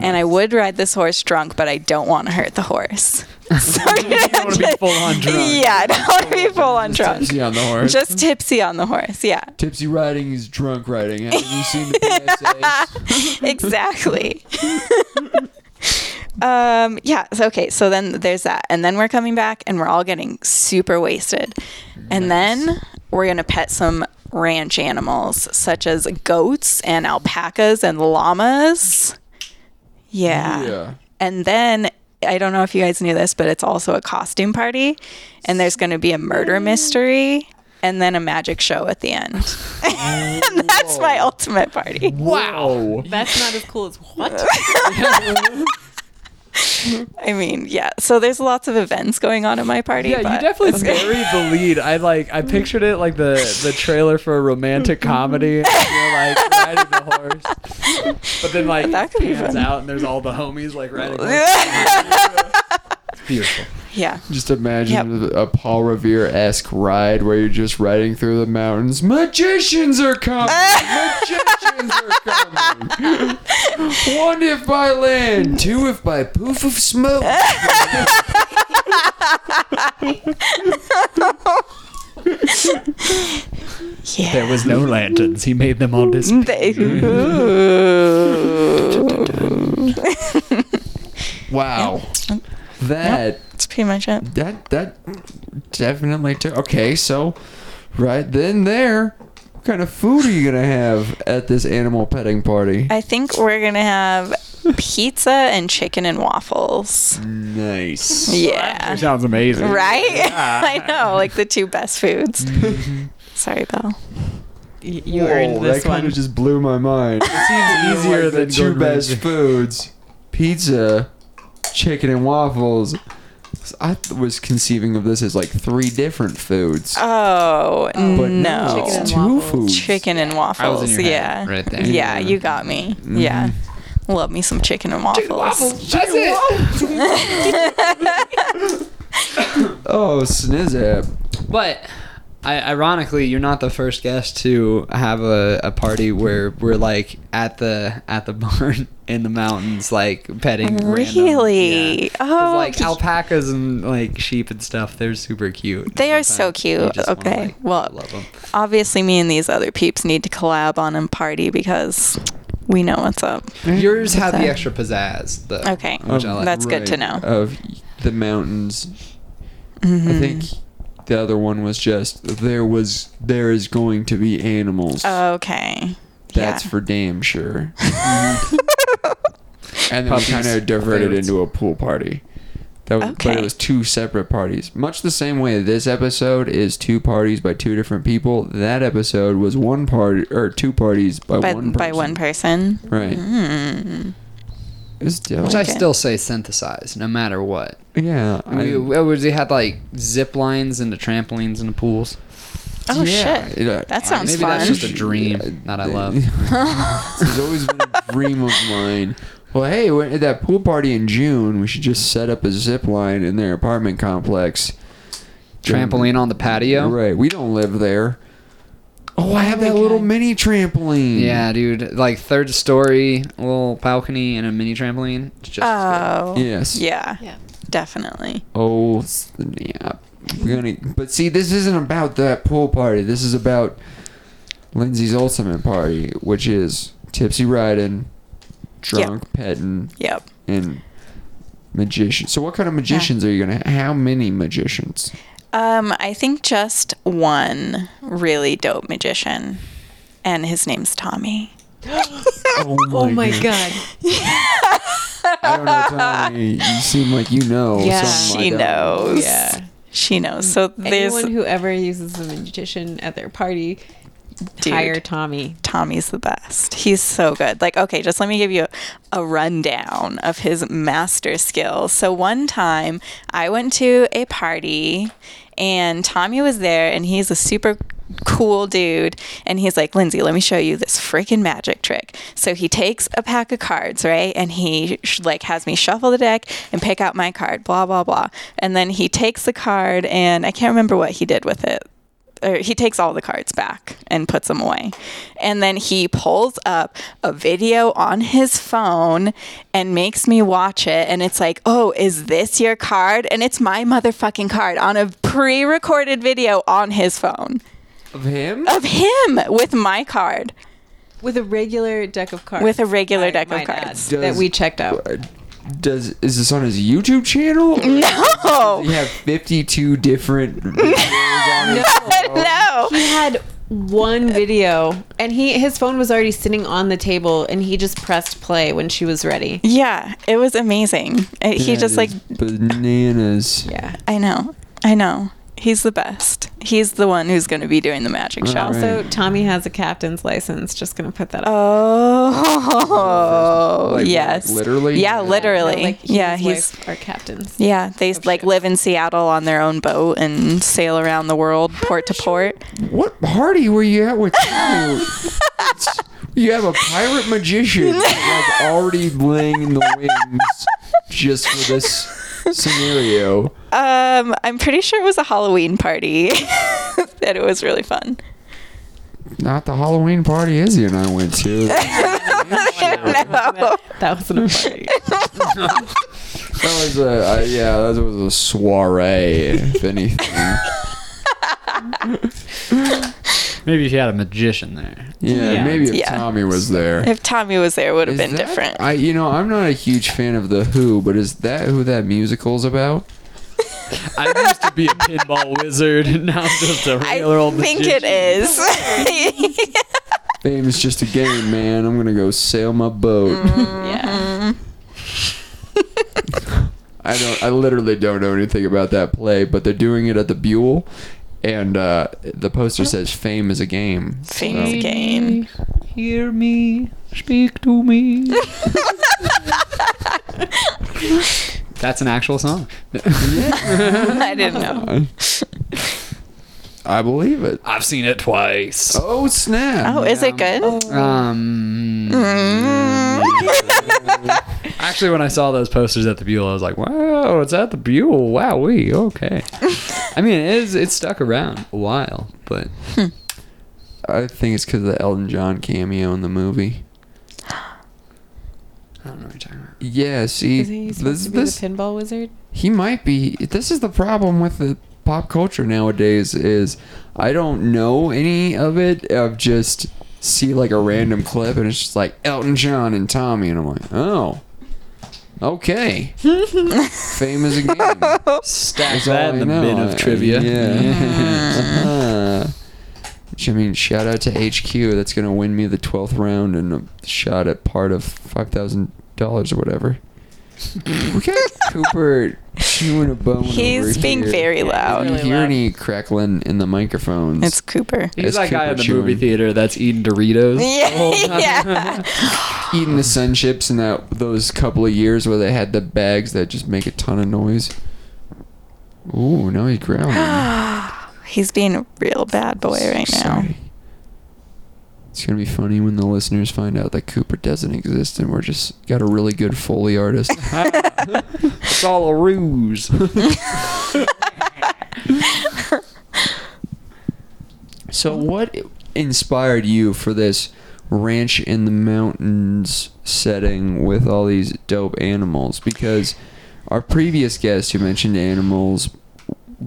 Speaker 5: And I would ride this horse drunk, but I don't want to hurt the horse. So I'm gonna
Speaker 2: want to be full on drunk.
Speaker 5: yeah, I don't want to be full on drunk.
Speaker 1: Tipsy on the horse.
Speaker 5: Just tipsy on the horse. Yeah,
Speaker 1: Tipsy riding is drunk riding. Haven't you seen the PSAs?
Speaker 5: exactly. Um, yeah. So, okay. So then there's that. And then we're coming back and we're all getting super wasted. And then we're going to pet some ranch animals such as goats and alpacas and llamas. Yeah.
Speaker 1: Yeah.
Speaker 5: And then I don't know if you guys knew this, but it's also a costume party. And there's going to be a murder mystery and then a magic show at the end. and that's my ultimate party.
Speaker 1: Wow.
Speaker 4: That's not as cool as what?
Speaker 5: I mean, yeah. So there's lots of events going on at my party.
Speaker 2: Yeah, you
Speaker 5: but-
Speaker 2: definitely buried the lead. I like I pictured it like the the trailer for a romantic comedy. And you're like riding the horse, but then like
Speaker 5: That could be
Speaker 2: pans
Speaker 5: fun.
Speaker 2: out and there's all the homies like riding. Horses. It's beautiful.
Speaker 5: Yeah.
Speaker 1: Just imagine a Paul Revere esque ride where you're just riding through the mountains. Magicians are coming! Magicians are coming! One if by land, two if by poof of smoke.
Speaker 5: Yeah.
Speaker 6: There was no lanterns. He made them all disappear.
Speaker 5: They- Ooh.
Speaker 1: Wow. That,
Speaker 5: That's pretty much it.
Speaker 1: that, that definitely took. Okay, so right then there, what kind of food are you gonna have at this animal petting party?
Speaker 5: I think we're gonna have pizza and chicken and waffles.
Speaker 1: Nice.
Speaker 5: Yeah.
Speaker 6: Sounds amazing.
Speaker 5: Right? I know, like the two best foods.
Speaker 2: Mm-hmm.
Speaker 5: Sorry, Belle.
Speaker 4: Y- You earned
Speaker 1: Whoa,
Speaker 4: this
Speaker 1: that kind
Speaker 4: one.
Speaker 1: of just blew my mind.
Speaker 2: It seems
Speaker 1: easier than two best foods pizza chicken and waffles i was conceiving of this as like three different foods
Speaker 5: Oh
Speaker 1: but no,
Speaker 5: no.
Speaker 1: it's
Speaker 5: Chicken and,
Speaker 1: two
Speaker 4: waffles.
Speaker 1: foods
Speaker 5: waffles. yeah.
Speaker 2: right there. Mm-hmm.
Speaker 5: Yeah, you got me. Yeah. Love me some chicken and waffles.
Speaker 1: that's it oh sniz app
Speaker 2: But I, ironically, you're not the first guest to have a, a party where we're like at the at the barn in the mountains, like petting. random-
Speaker 5: Really?
Speaker 2: yeah. 'Cause,
Speaker 5: Oh,
Speaker 2: like
Speaker 5: okay.
Speaker 2: alpacas and like sheep and stuff. They're super cute.
Speaker 5: They are so
Speaker 2: Sometimes you
Speaker 5: cute.
Speaker 2: just wanna,
Speaker 5: Okay.
Speaker 2: like,
Speaker 5: Well-
Speaker 2: love 'em.
Speaker 5: Obviously, me and these other peeps need to collab on and party because we know what's up.
Speaker 2: yours have the
Speaker 5: that?
Speaker 2: extra pizzazz. Though,
Speaker 5: Okay.
Speaker 2: which I like.
Speaker 5: That's good to know.
Speaker 1: Um,
Speaker 5: Mm-hmm.
Speaker 1: of the mountains i think the other one was just there was there is going to be animals
Speaker 2: Uh,
Speaker 5: Okay.
Speaker 1: that's
Speaker 5: Oh, yeah.
Speaker 1: for damn sure and then we
Speaker 2: Puppies.
Speaker 1: kind of diverted
Speaker 2: Favorites.
Speaker 1: into a pool party. That was, But
Speaker 5: Okay.
Speaker 1: it was two separate parties. Much the same way this episode is two parties by two different people. That episode was one party or two parties by,
Speaker 5: by,
Speaker 1: one person.
Speaker 5: by one person.
Speaker 1: Right.
Speaker 5: Mm.
Speaker 1: It was dope.
Speaker 2: Which I
Speaker 5: Okay.
Speaker 2: still say synthesize, no matter what.
Speaker 1: yeah. I-
Speaker 2: We,
Speaker 6: Mm.
Speaker 2: we, we had like zip lines into trampolines and pools.
Speaker 5: Oh
Speaker 1: yeah,
Speaker 5: shit.
Speaker 1: it, uh,
Speaker 5: That sounds
Speaker 2: Maybe
Speaker 5: fun.
Speaker 2: that's just a dream that I love.
Speaker 1: It's always been a dream of mine. Well, hey, we're at that pool party in June. We should just set up a zip line in their apartment complex.
Speaker 2: Trampoline on the patio.
Speaker 1: Right. We don't live there. Oh, I have that little mini trampoline.
Speaker 2: Yeah, dude. Like third story, little balcony, and a mini trampoline. It's just
Speaker 5: oh.
Speaker 1: Yes.
Speaker 5: Yeah.
Speaker 4: Yeah.
Speaker 5: Definitely.
Speaker 1: Oh, s- yeah. We're gonna, but see, this isn't about that pool party. This is about Lindsay's ultimate party, which is tipsy riding, drunk petting,
Speaker 5: Yep.
Speaker 1: and magician. So, what kind of magicians are you gonna? How many magicians?
Speaker 5: Um, I think just one really dope magician, and his name's Tommy.
Speaker 1: Oh my,
Speaker 4: Oh my god.
Speaker 1: I don't know, Tommy. You seem like you know.
Speaker 4: Yeah.
Speaker 1: something I
Speaker 5: She
Speaker 1: don't.
Speaker 5: knows.
Speaker 4: Oh Yeah.
Speaker 5: She knows. So there's
Speaker 4: Anyone who ever uses a magician at their party,
Speaker 5: Dude.
Speaker 4: hire Tommy.
Speaker 5: Tommy's the best. He's so good. Like, okay, just let me give you a rundown of his master skills. So, one time I went to a party and Tommy was there, and he's a super cool dude. And he's like, Lindsay, let me show you this freaking magic trick. So, he takes a pack of cards, right? And he sh- like has me shuffle the deck and pick out my card, blah, blah, blah. And then he takes the card, and I can't remember what he did with it or he takes all the cards back and puts them away. And then he pulls up a video on his phone and makes me watch it. And it's like, oh, is this your card? And it's my motherfucking card on a pre recorded video on his phone
Speaker 1: Of him?
Speaker 5: of him with my card,
Speaker 4: With a regular deck of cards.
Speaker 5: with a regular
Speaker 4: I
Speaker 5: deck of
Speaker 4: might add,
Speaker 5: cards.
Speaker 1: Does-
Speaker 4: that we checked out.
Speaker 1: Uh, does is this on his YouTube channel? Or
Speaker 5: No.
Speaker 1: Does he have 52 different videos on his
Speaker 5: no.
Speaker 4: He had one video, and he his phone was already sitting on the table, and he just pressed play when she was ready.
Speaker 5: Yeah, it was amazing. It, he
Speaker 1: That
Speaker 5: just
Speaker 1: is
Speaker 5: like
Speaker 1: bananas.
Speaker 4: Yeah.
Speaker 5: I know. I know. He's the best. He's the one who's going to be doing the magic show.
Speaker 1: Alright.
Speaker 4: So Tommy has a captain's license. Just gonna put that up.
Speaker 5: Oh,
Speaker 1: Like,
Speaker 5: yes.
Speaker 1: literally?
Speaker 5: Yeah, literally.
Speaker 4: Like, he and
Speaker 5: yeah,
Speaker 4: his
Speaker 5: he's.
Speaker 4: wife are captains.
Speaker 5: Yeah, they like
Speaker 4: shit.
Speaker 5: live in Seattle on their own boat and sail around the world, port to port.
Speaker 1: What party were you at with you? you have a pirate magician like already laying in the wings just for this scenario.
Speaker 5: Um, I'm pretty sure it was a Halloween party, and it was really fun.
Speaker 1: Not the Halloween party Izzy and I went to. That
Speaker 5: No.
Speaker 4: That wasn't a party.
Speaker 1: was a uh, yeah, that was a soiree if anything.
Speaker 2: Maybe if you had a magician there.
Speaker 1: Yeah,
Speaker 4: Yeah.
Speaker 1: maybe if
Speaker 5: Yeah.
Speaker 1: Tommy was there.
Speaker 5: If Tommy was there, it would have
Speaker 1: Is
Speaker 5: been
Speaker 1: that-
Speaker 5: different.
Speaker 1: I you know, I'm not a huge fan of the Who, but is that who that musical's about?
Speaker 6: I used to be a pinball wizard, and now I'm just a
Speaker 5: I
Speaker 6: regular old
Speaker 5: think
Speaker 6: magician.
Speaker 5: it is.
Speaker 1: Fame's just a game, man. I'm gonna go sail my boat.
Speaker 5: Mm.
Speaker 1: Mm-hmm.
Speaker 4: yeah.
Speaker 1: I don't. I literally don't know anything about that play, but they're doing it at the Buell, and uh, the
Speaker 5: Mm.
Speaker 1: poster says "Fame is a game."
Speaker 5: Famous game.
Speaker 2: Hear me, speak to me. That's an actual song.
Speaker 5: I didn't know.
Speaker 1: Oh, I believe it.
Speaker 6: I've seen it twice.
Speaker 1: Oh snap!
Speaker 5: Oh, is it good?
Speaker 2: Um, actually, when I saw those posters at the Buell, I was like, "Wow, it's at the Buell! Wow, we okay." I mean, it is. It stuck around a while, but
Speaker 5: Hmm.
Speaker 1: I think it's because of the Elton John cameo in the movie.
Speaker 2: I don't know what you're talking about.
Speaker 1: Yeah. See,
Speaker 4: Is he supposed
Speaker 1: this
Speaker 4: to be
Speaker 1: this
Speaker 4: the pinball wizard?
Speaker 1: he might be. This is the problem with the pop culture nowadays. Is I don't know any of it. I've just see like a random clip, and it's just like Elton John and Tommy, and I'm like, oh. Okay. Fame is a game.
Speaker 2: Stack
Speaker 1: That's all
Speaker 2: that in
Speaker 1: I
Speaker 2: the
Speaker 1: know.
Speaker 2: bin of trivia.
Speaker 1: Yeah. Uh, Which I mean, shout out to HQ. That's gonna win me the twelfth round and a shot at part of five thousand dollars or whatever. we got Cooper chewing a bone.
Speaker 5: He's
Speaker 1: over
Speaker 5: being
Speaker 1: here.
Speaker 5: very
Speaker 1: I
Speaker 5: loud.
Speaker 1: don't hear any crackling in the microphones.
Speaker 5: It's Cooper.
Speaker 2: He's
Speaker 1: That's
Speaker 2: that guy
Speaker 1: Cooper
Speaker 2: in the
Speaker 1: chewing.
Speaker 2: movie theater that's eating
Speaker 1: Oh,
Speaker 2: Doritos.
Speaker 5: Yeah, yeah.
Speaker 1: eating the sun chips in that those couple of years where they had the bags that just make a ton of noise. Ooh, now he's growling.
Speaker 5: He's being a real bad boy right now.
Speaker 1: Sorry. It's gonna be funny when the listeners find out that Cooper doesn't exist and we're just got a really good foley artist.
Speaker 2: It's all a ruse.
Speaker 1: so what inspired you for this ranch in the mountains setting with all these dope animals? Because our previous guest who mentioned animals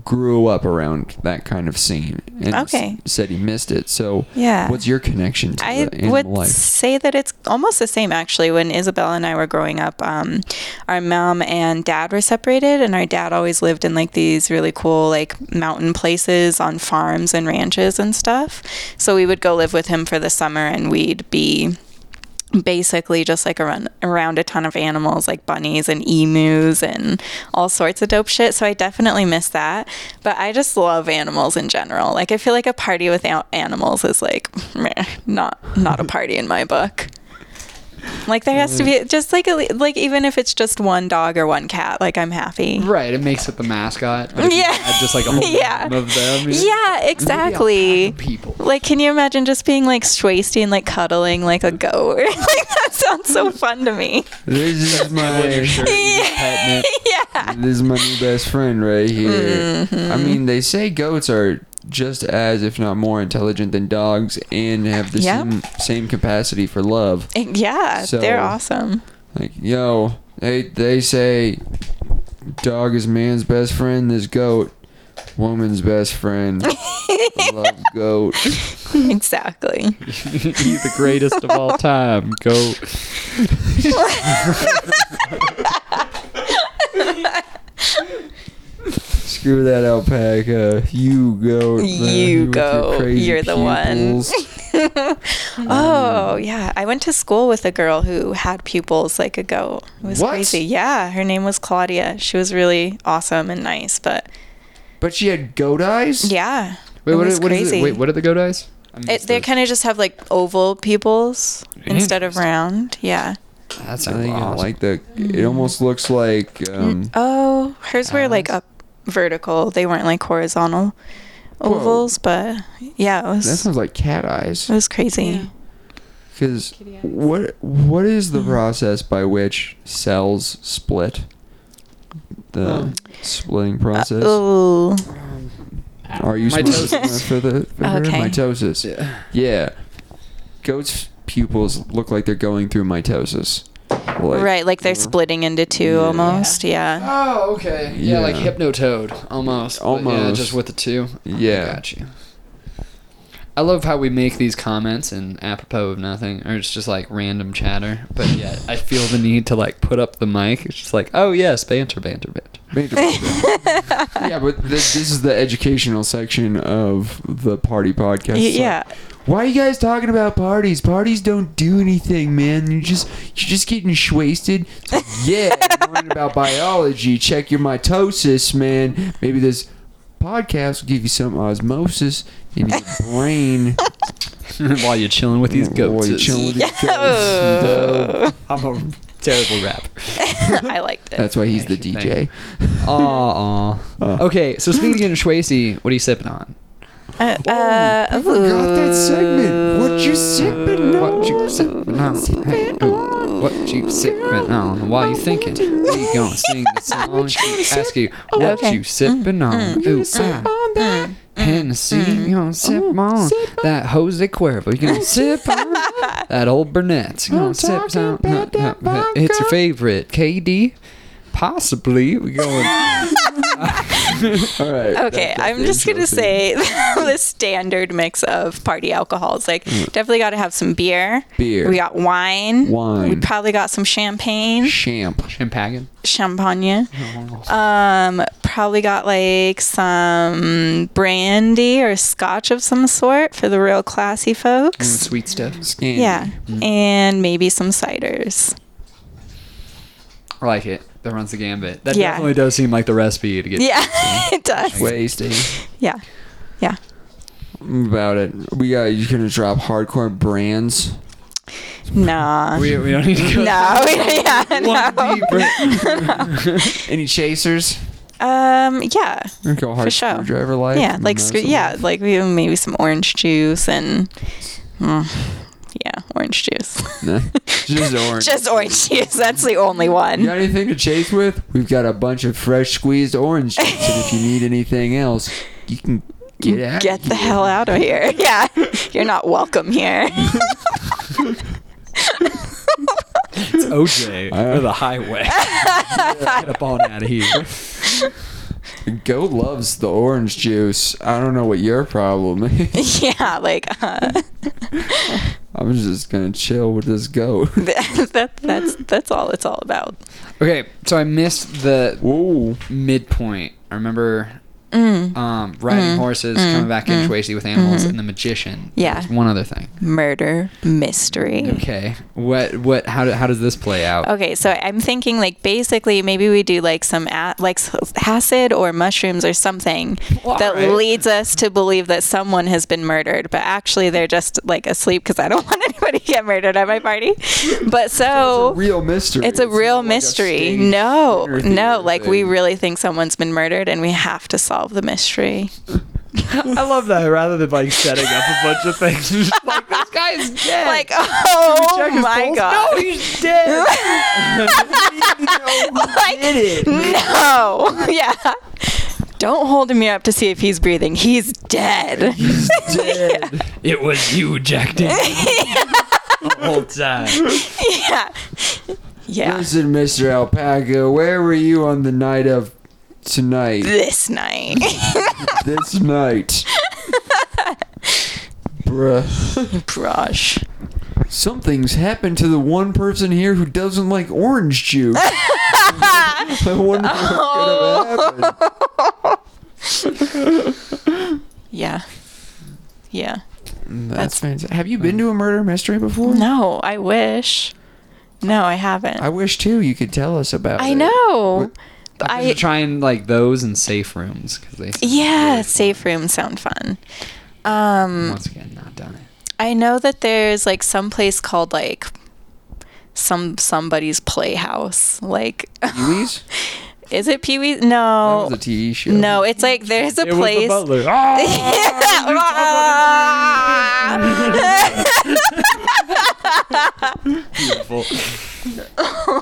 Speaker 1: grew up around that kind of scene and s-
Speaker 5: Okay.
Speaker 1: said he missed it. So
Speaker 5: Yeah.
Speaker 1: what's your connection to
Speaker 5: I
Speaker 1: the animal
Speaker 5: would
Speaker 1: life?
Speaker 5: say that it's almost the same actually. When Isabel and I were growing up, um, our mom and dad were separated, and our dad always lived in like these really cool like mountain places on farms and ranches and stuff. So we would go live with him for the summer, and we'd be basically just like around, around a ton of animals like bunnies and emus and all sorts of dope shit so i definitely miss that but i just love animals in general like i feel like a party with a- animals is like meh, not not a party in my book like there has to be
Speaker 2: Mm.
Speaker 5: just like a, le- like even if it's just one dog or one cat like i'm happy
Speaker 2: right, it makes it the mascot. but if you
Speaker 5: Yeah.
Speaker 2: had Just like a whole
Speaker 5: Yeah.
Speaker 2: yeah. of them.
Speaker 5: yeah exactly
Speaker 2: People.
Speaker 5: like, can you imagine just being like swasty and like cuddling like a goat? like, that sounds so fun to me.
Speaker 1: This is my
Speaker 5: Yeah. yeah.
Speaker 1: this is my new best friend right here. I
Speaker 5: Mm-hmm.
Speaker 1: mean, they say goats are just as, if not more, intelligent than dogs and have the
Speaker 5: Yeah.
Speaker 1: same, same capacity for love.
Speaker 5: Yeah,
Speaker 1: So-
Speaker 5: they're awesome.
Speaker 1: Like, yo, they they say dog is man's best friend. This goat, woman's best friend. love goat.
Speaker 5: exactly.
Speaker 6: He's the greatest of all time. Go.
Speaker 1: Screw that alpaca. You go. man,
Speaker 5: You
Speaker 1: with your
Speaker 5: go.
Speaker 1: crazy
Speaker 5: You're the one.
Speaker 1: pupils.
Speaker 5: Oh, yeah. I went to school with a girl who had pupils like a goat. It was
Speaker 1: What?
Speaker 5: crazy. Yeah, her name was Claudia. She was really awesome and nice, but
Speaker 1: But she had goat eyes.
Speaker 5: yeah.
Speaker 1: Wait,
Speaker 5: it
Speaker 1: what,
Speaker 5: was
Speaker 1: what is
Speaker 5: crazy.
Speaker 1: it? Wait, what are the goat eyes?
Speaker 5: It, they kind of just have like oval pupils instead of round. Yeah.
Speaker 6: That's
Speaker 1: I think I
Speaker 6: awesome.
Speaker 1: like the. It
Speaker 5: Mm.
Speaker 1: almost looks like. Um,
Speaker 5: Oh, hers were like up vertical. They weren't like horizontal
Speaker 1: Whoa.
Speaker 5: ovals, but yeah, it
Speaker 1: that
Speaker 5: was
Speaker 1: sounds like cat eyes.
Speaker 5: it was crazy.
Speaker 1: Because what what is
Speaker 5: Mm.
Speaker 1: the process by which cells split? The
Speaker 5: Um, uh,
Speaker 1: splitting process.
Speaker 5: Ooh.
Speaker 1: Are you supposed to
Speaker 5: oh. Mitosis.
Speaker 1: for the for her?
Speaker 5: Okay.
Speaker 1: mitosis? Yeah. Goats' pupils look like they're going through mitosis. Like,
Speaker 5: right, like they're splitting into two
Speaker 1: Yeah.
Speaker 5: almost. Yeah.
Speaker 6: Oh, okay. Yeah, like
Speaker 1: Yeah.
Speaker 6: Hypnotoad, almost. but Yeah,
Speaker 1: Almost.
Speaker 6: just with the two. Oh, I
Speaker 1: Yeah.
Speaker 6: got you. I love how we make these comments and apropos of nothing, or it's just like random chatter. But yet, I feel the need to like put up the mic. It's just like, oh yes, banter, banter, banter.
Speaker 1: Major problem. yeah, but th- this is the educational section of the party podcast.
Speaker 5: Y-
Speaker 1: It's
Speaker 5: yeah.
Speaker 1: like, why are you guys talking about parties? Parties don't do anything, man. You just you're just getting wasted. It's like, yeah, you learn about biology. Check your mitosis, man. Maybe this podcast will give you some osmosis in your brain
Speaker 6: While you're chilling with these goats.
Speaker 1: While you're chilling with these goats.
Speaker 5: Oh.
Speaker 6: I'm a terrible rapper.
Speaker 5: I liked it.
Speaker 1: That's why he's the
Speaker 6: Thank you,
Speaker 1: DJ.
Speaker 6: Aw.
Speaker 1: Uh.
Speaker 6: Okay, so speaking of Schwacy, what are you sipping on?
Speaker 5: Uh,
Speaker 1: Oh,
Speaker 5: uh,
Speaker 1: I forgot that segment. What you sipping on?
Speaker 6: What you sipping on? Hey, ooh, what you sipping on? Why you thinking? We gonna sing the song. She ask you what
Speaker 5: Okay.
Speaker 6: you sipping on?
Speaker 1: Mm-hmm.
Speaker 6: Ooh, ah,
Speaker 5: Mm,
Speaker 6: Hennessy. You gonna sip
Speaker 5: Oh,
Speaker 6: on that Jose Cuervo? You gonna sip on that old Burnett? You gonna sip on? no, no, no, uh, It's your favorite, KD. Possibly we going.
Speaker 1: Ah. All right.
Speaker 5: Okay, I'm just gonna say the standard mix of party alcohols. Like, definitely got to have some beer.
Speaker 1: Mm. Beer.
Speaker 5: We got wine. We
Speaker 1: Wine.
Speaker 5: probably got some champagne,
Speaker 1: Champ.
Speaker 6: Champagne.
Speaker 5: champagne.
Speaker 1: Oh,
Speaker 5: Um, probably got like some brandy or scotch of some sort for the real classy
Speaker 1: Mm,
Speaker 5: folks.
Speaker 6: Sweet stuff.
Speaker 1: Scan.
Speaker 5: Yeah,
Speaker 1: Mm.
Speaker 5: and maybe some ciders.
Speaker 6: I like it. That runs the gambit. That
Speaker 5: Yeah.
Speaker 6: definitely does seem like the recipe to get.
Speaker 5: Yeah, it does.
Speaker 1: Wasted.
Speaker 5: Yeah, yeah.
Speaker 1: About it. We got you gonna drop hardcore brands.
Speaker 5: Nah.
Speaker 6: We, we don't need to
Speaker 5: no,
Speaker 6: go.
Speaker 5: yeah, no.
Speaker 1: Any chasers?
Speaker 5: Um, yeah,
Speaker 1: We go hard
Speaker 5: sure.
Speaker 1: screwdriver life.
Speaker 5: yeah, like screw, yeah, like we have maybe some orange juice and mm, yeah, orange juice.
Speaker 1: Nah, just orange.
Speaker 5: Just orange juice. That's the only one.
Speaker 1: you got anything to chase with? We've got a bunch of fresh squeezed orange juice, and if you need anything else, you can get out.
Speaker 5: Get the
Speaker 1: here.
Speaker 5: hell out of here. Yeah, you're not welcome here.
Speaker 6: It's OJ or the highway. Get up on out of here.
Speaker 1: Go loves the orange juice. I don't know what your problem is.
Speaker 5: yeah, like uh,
Speaker 1: I'm just gonna chill with this goat.
Speaker 5: that, that, that's that's all it's all about.
Speaker 6: Okay, so I missed the
Speaker 1: Ooh.
Speaker 6: midpoint. I remember
Speaker 5: Mm.
Speaker 6: um, riding horses, coming back in Schwacy with animals, and the magician.
Speaker 5: Mm-hmm. Yeah.
Speaker 6: There's one other thing.
Speaker 5: Murder mystery.
Speaker 6: Okay, what what how do, how does this play out?
Speaker 5: Okay, so I'm thinking like basically maybe we do like some a- like s- acid or mushrooms or something that
Speaker 6: right.
Speaker 5: leads us to believe that someone has been murdered, but actually they're just like asleep because I don't want anybody to get murdered at my party. But so.
Speaker 1: real mystery.
Speaker 5: It's a
Speaker 1: not
Speaker 5: real
Speaker 1: like a
Speaker 5: mystery.
Speaker 1: staged
Speaker 5: no,
Speaker 1: dinner
Speaker 5: no.
Speaker 1: theater
Speaker 5: Like, we
Speaker 1: thing.
Speaker 5: really think someone's been murdered and we have to solve the mystery.
Speaker 2: I love that. Rather than like setting up a bunch of things, just like this guy's dead.
Speaker 5: Like, oh my God.
Speaker 2: No, he's dead.
Speaker 5: like, no. Yeah. Don't hold me up to see if he's breathing. He's dead.
Speaker 2: It was you, Jack Daniels. the whole time.
Speaker 5: yeah. Yeah.
Speaker 1: Listen, Mr. Alpaca, where were you on the night of tonight?
Speaker 5: This night.
Speaker 1: this night. Bruh.
Speaker 5: Brush.
Speaker 1: Something's happened to the one person here who doesn't like orange juice. wonder
Speaker 5: Oh.
Speaker 1: what could have happened.
Speaker 5: Yeah. Yeah.
Speaker 1: That's fantastic. Have you been to a murder mystery before?
Speaker 5: No, I wish. No, I haven't.
Speaker 1: I wish too. You could tell us about.
Speaker 5: I
Speaker 1: it.
Speaker 5: know. But
Speaker 2: I
Speaker 5: I
Speaker 2: trying like those and safe rooms because they sound
Speaker 5: yeah,
Speaker 2: really
Speaker 5: safe rooms sound fun. Um,
Speaker 1: Mm.
Speaker 2: fun. once again not done it.
Speaker 5: I know that there's like some place called like some somebody's playhouse. Like,
Speaker 1: Pee-wee's?
Speaker 5: is it Pee Wee?
Speaker 1: Oh,
Speaker 5: No,
Speaker 1: that was a TV show.
Speaker 5: no. It's like there's a place. Ah!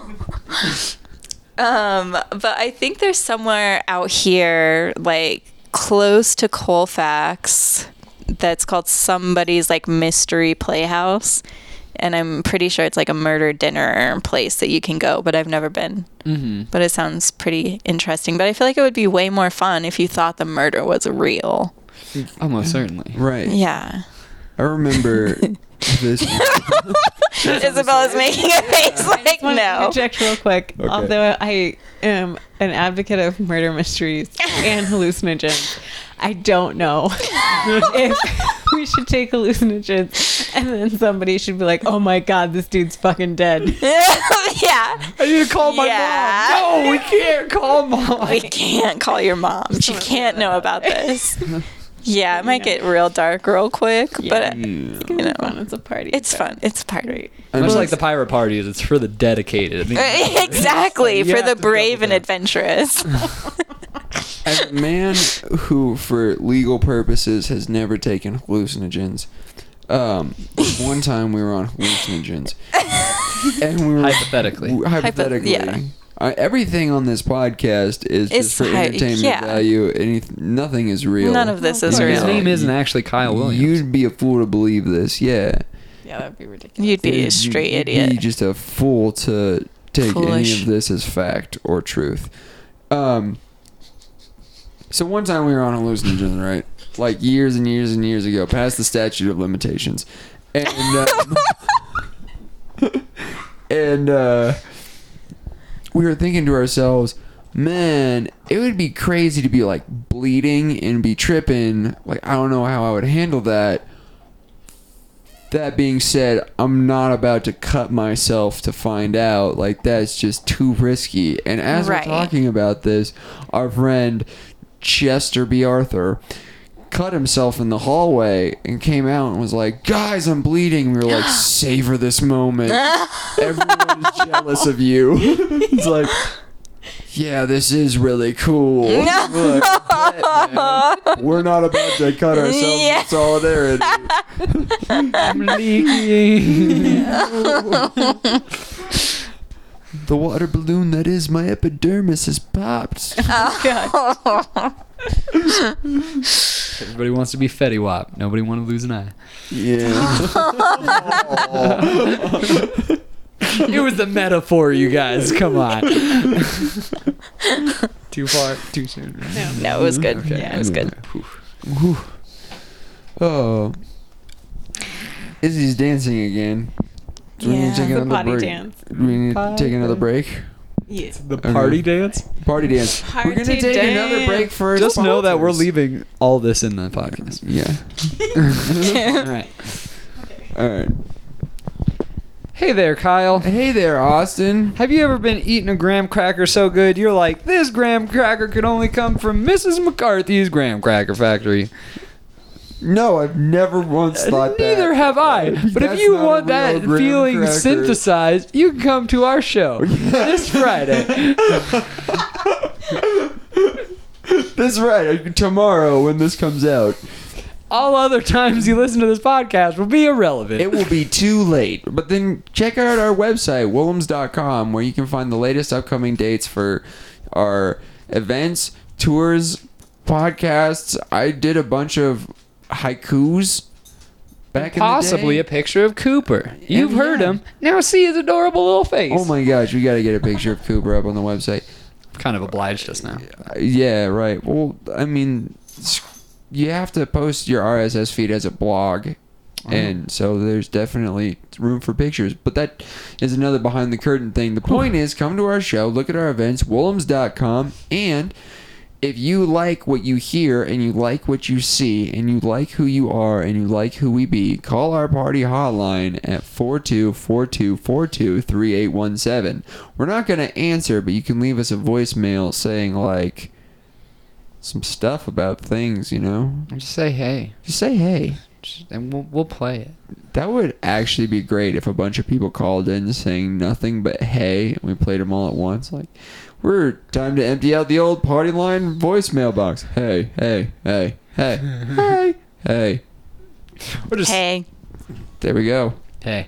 Speaker 5: um, but I think there's somewhere out here, like close to Colfax, that's called somebody's like mystery playhouse. And I'm pretty sure it's like a murder dinner place that you can go, but I've never been.
Speaker 2: Mm-hmm.
Speaker 5: But it sounds pretty interesting. But I feel like it would be way more fun if you thought the murder was real.
Speaker 1: Mm.
Speaker 2: Almost certainly.
Speaker 1: Right.
Speaker 5: Yeah.
Speaker 1: I remember this.
Speaker 5: Isabella's making a face like
Speaker 4: wanted to
Speaker 5: no.
Speaker 4: interject real quick.
Speaker 1: Okay.
Speaker 4: Although I am an advocate of murder mysteries and hallucinogens, I don't know if we should take hallucinogens and then somebody should be like, "Oh my god, this dude's fucking dead."
Speaker 5: yeah.
Speaker 2: I need to call my
Speaker 5: Yeah.
Speaker 2: mom. No, we can't call mom.
Speaker 5: We can't call your mom. She can't know about this. Yeah, it might get real dark real quick, but you know,
Speaker 4: Fun, it's a party.
Speaker 5: it's fun. It's a party.
Speaker 2: Much like the pirate parties, it's for the dedicated.
Speaker 5: exactly
Speaker 2: You
Speaker 5: for
Speaker 2: have
Speaker 5: the
Speaker 2: to
Speaker 5: brave
Speaker 2: double
Speaker 5: and
Speaker 2: down.
Speaker 5: adventurous.
Speaker 1: As a man who, for legal purposes, has never taken hallucinogens, um, one time we were on hallucinogens, and we were
Speaker 2: Hypothetically.
Speaker 1: w- hypothetically.
Speaker 5: yeah.
Speaker 1: I- everything on this podcast is
Speaker 5: It's
Speaker 1: just for
Speaker 5: hy-
Speaker 1: entertainment
Speaker 5: yeah.
Speaker 1: value. Anyth- nothing is real.
Speaker 5: None of this is
Speaker 1: Yeah.
Speaker 2: His
Speaker 1: Yeah.
Speaker 5: real.
Speaker 2: name isn't actually Kyle Williams.
Speaker 1: You'd be a fool to believe this. Yeah,
Speaker 4: yeah, that'd be ridiculous.
Speaker 5: You'd be
Speaker 1: You'd-
Speaker 5: a straight
Speaker 1: you'd Be
Speaker 5: idiot.
Speaker 1: just a fool to take any
Speaker 5: Foolish.
Speaker 1: of this as fact or truth. Um. So one time we were on hallucinogens, right? Like years and years and years ago, past the statute of limitations, and um, and uh, we were thinking to ourselves, man, it would be crazy to be like bleeding and be tripping. Like I don't know how I would handle that. That being said, I'm not about to cut myself to find out. Like that's just too risky. And as
Speaker 5: Right.
Speaker 1: we're talking about this, our friend Chester B. Arthur cut himself in the hallway and came out and was like, "Guys, I'm bleeding." We were like, "Savor this moment." Everyone is jealous of you. it's like, yeah, this is really cool. Look, we're not about to cut ourselves
Speaker 5: Yeah.
Speaker 1: in solidarity.
Speaker 2: I'm leaking.
Speaker 1: The water balloon that is my epidermis has popped.
Speaker 2: Everybody wants to be Fetty Wap. Nobody want to lose an eye.
Speaker 1: Yeah.
Speaker 2: It was the metaphor, you guys. Come on. too far, too soon.
Speaker 5: No, it was good.
Speaker 2: Okay.
Speaker 5: Yeah, it was good.
Speaker 1: Oh. Izzy's dancing again. Do we need
Speaker 5: Yeah.
Speaker 1: to take
Speaker 5: The
Speaker 1: another
Speaker 4: body
Speaker 1: break?
Speaker 4: dance.
Speaker 1: Do we need to take another break?
Speaker 4: Yeah.
Speaker 2: The
Speaker 1: party
Speaker 2: dance.
Speaker 1: Party dance. we're gonna
Speaker 4: Party
Speaker 1: take another
Speaker 4: dance.
Speaker 1: break for
Speaker 2: Just know that we're
Speaker 1: sponsors.
Speaker 2: leaving all this in the podcast.
Speaker 1: Yeah.
Speaker 2: all right.
Speaker 1: All right.
Speaker 2: Hey there, Kyle.
Speaker 1: Hey there, Austin.
Speaker 2: Have you ever been eating a graham cracker so good you're like, this graham cracker could only come from Mrs. McCarthy's graham cracker factory?
Speaker 1: No, I've never once thought that.
Speaker 2: Uh, Neither have I. But if
Speaker 1: That's
Speaker 2: you
Speaker 1: not a
Speaker 2: want
Speaker 1: real
Speaker 2: that
Speaker 1: graham
Speaker 2: feeling
Speaker 1: cracker.
Speaker 2: synthesized, you can come to our show this Friday.
Speaker 1: That's right. Tomorrow, when this comes out,
Speaker 2: All other times you listen to this podcast will be irrelevant.
Speaker 1: it will be too late. But then check out our website, willems.com, where you can find the latest upcoming dates for our events, tours, podcasts. I did a bunch of haikus back
Speaker 2: Possibly a
Speaker 1: in the day.
Speaker 2: picture of Cooper. You've
Speaker 1: Yeah.
Speaker 2: heard him. Now see his adorable little face.
Speaker 1: Oh my gosh, we got to get a picture of Cooper up on the website.
Speaker 2: Kind of obliged just now.
Speaker 1: Uh, Yeah, right. Well, I mean, s- you have to post your RSS feed as a blog and so there's definitely room for pictures. But that is another behind the curtain thing. The point is, come to our show, look at our events, Woolems.com, and if you like what you hear and you like what you see and you like who you are and you like who we be, call our party hotline at 4242423817. We're not going to answer, but you can leave us a voicemail saying like some stuff about things, you know?
Speaker 2: Just say hey,
Speaker 1: Just say hey.
Speaker 2: Just- and we'll, we'll play it.
Speaker 1: That would actually be great if a bunch of people called in saying nothing but hey, and we played them all at once. Like, we're time to empty out the old party line voicemail box. Hey, hey, hey, hey, hey, hey.
Speaker 2: We'll just
Speaker 5: Hey,
Speaker 1: There we go.
Speaker 2: hey,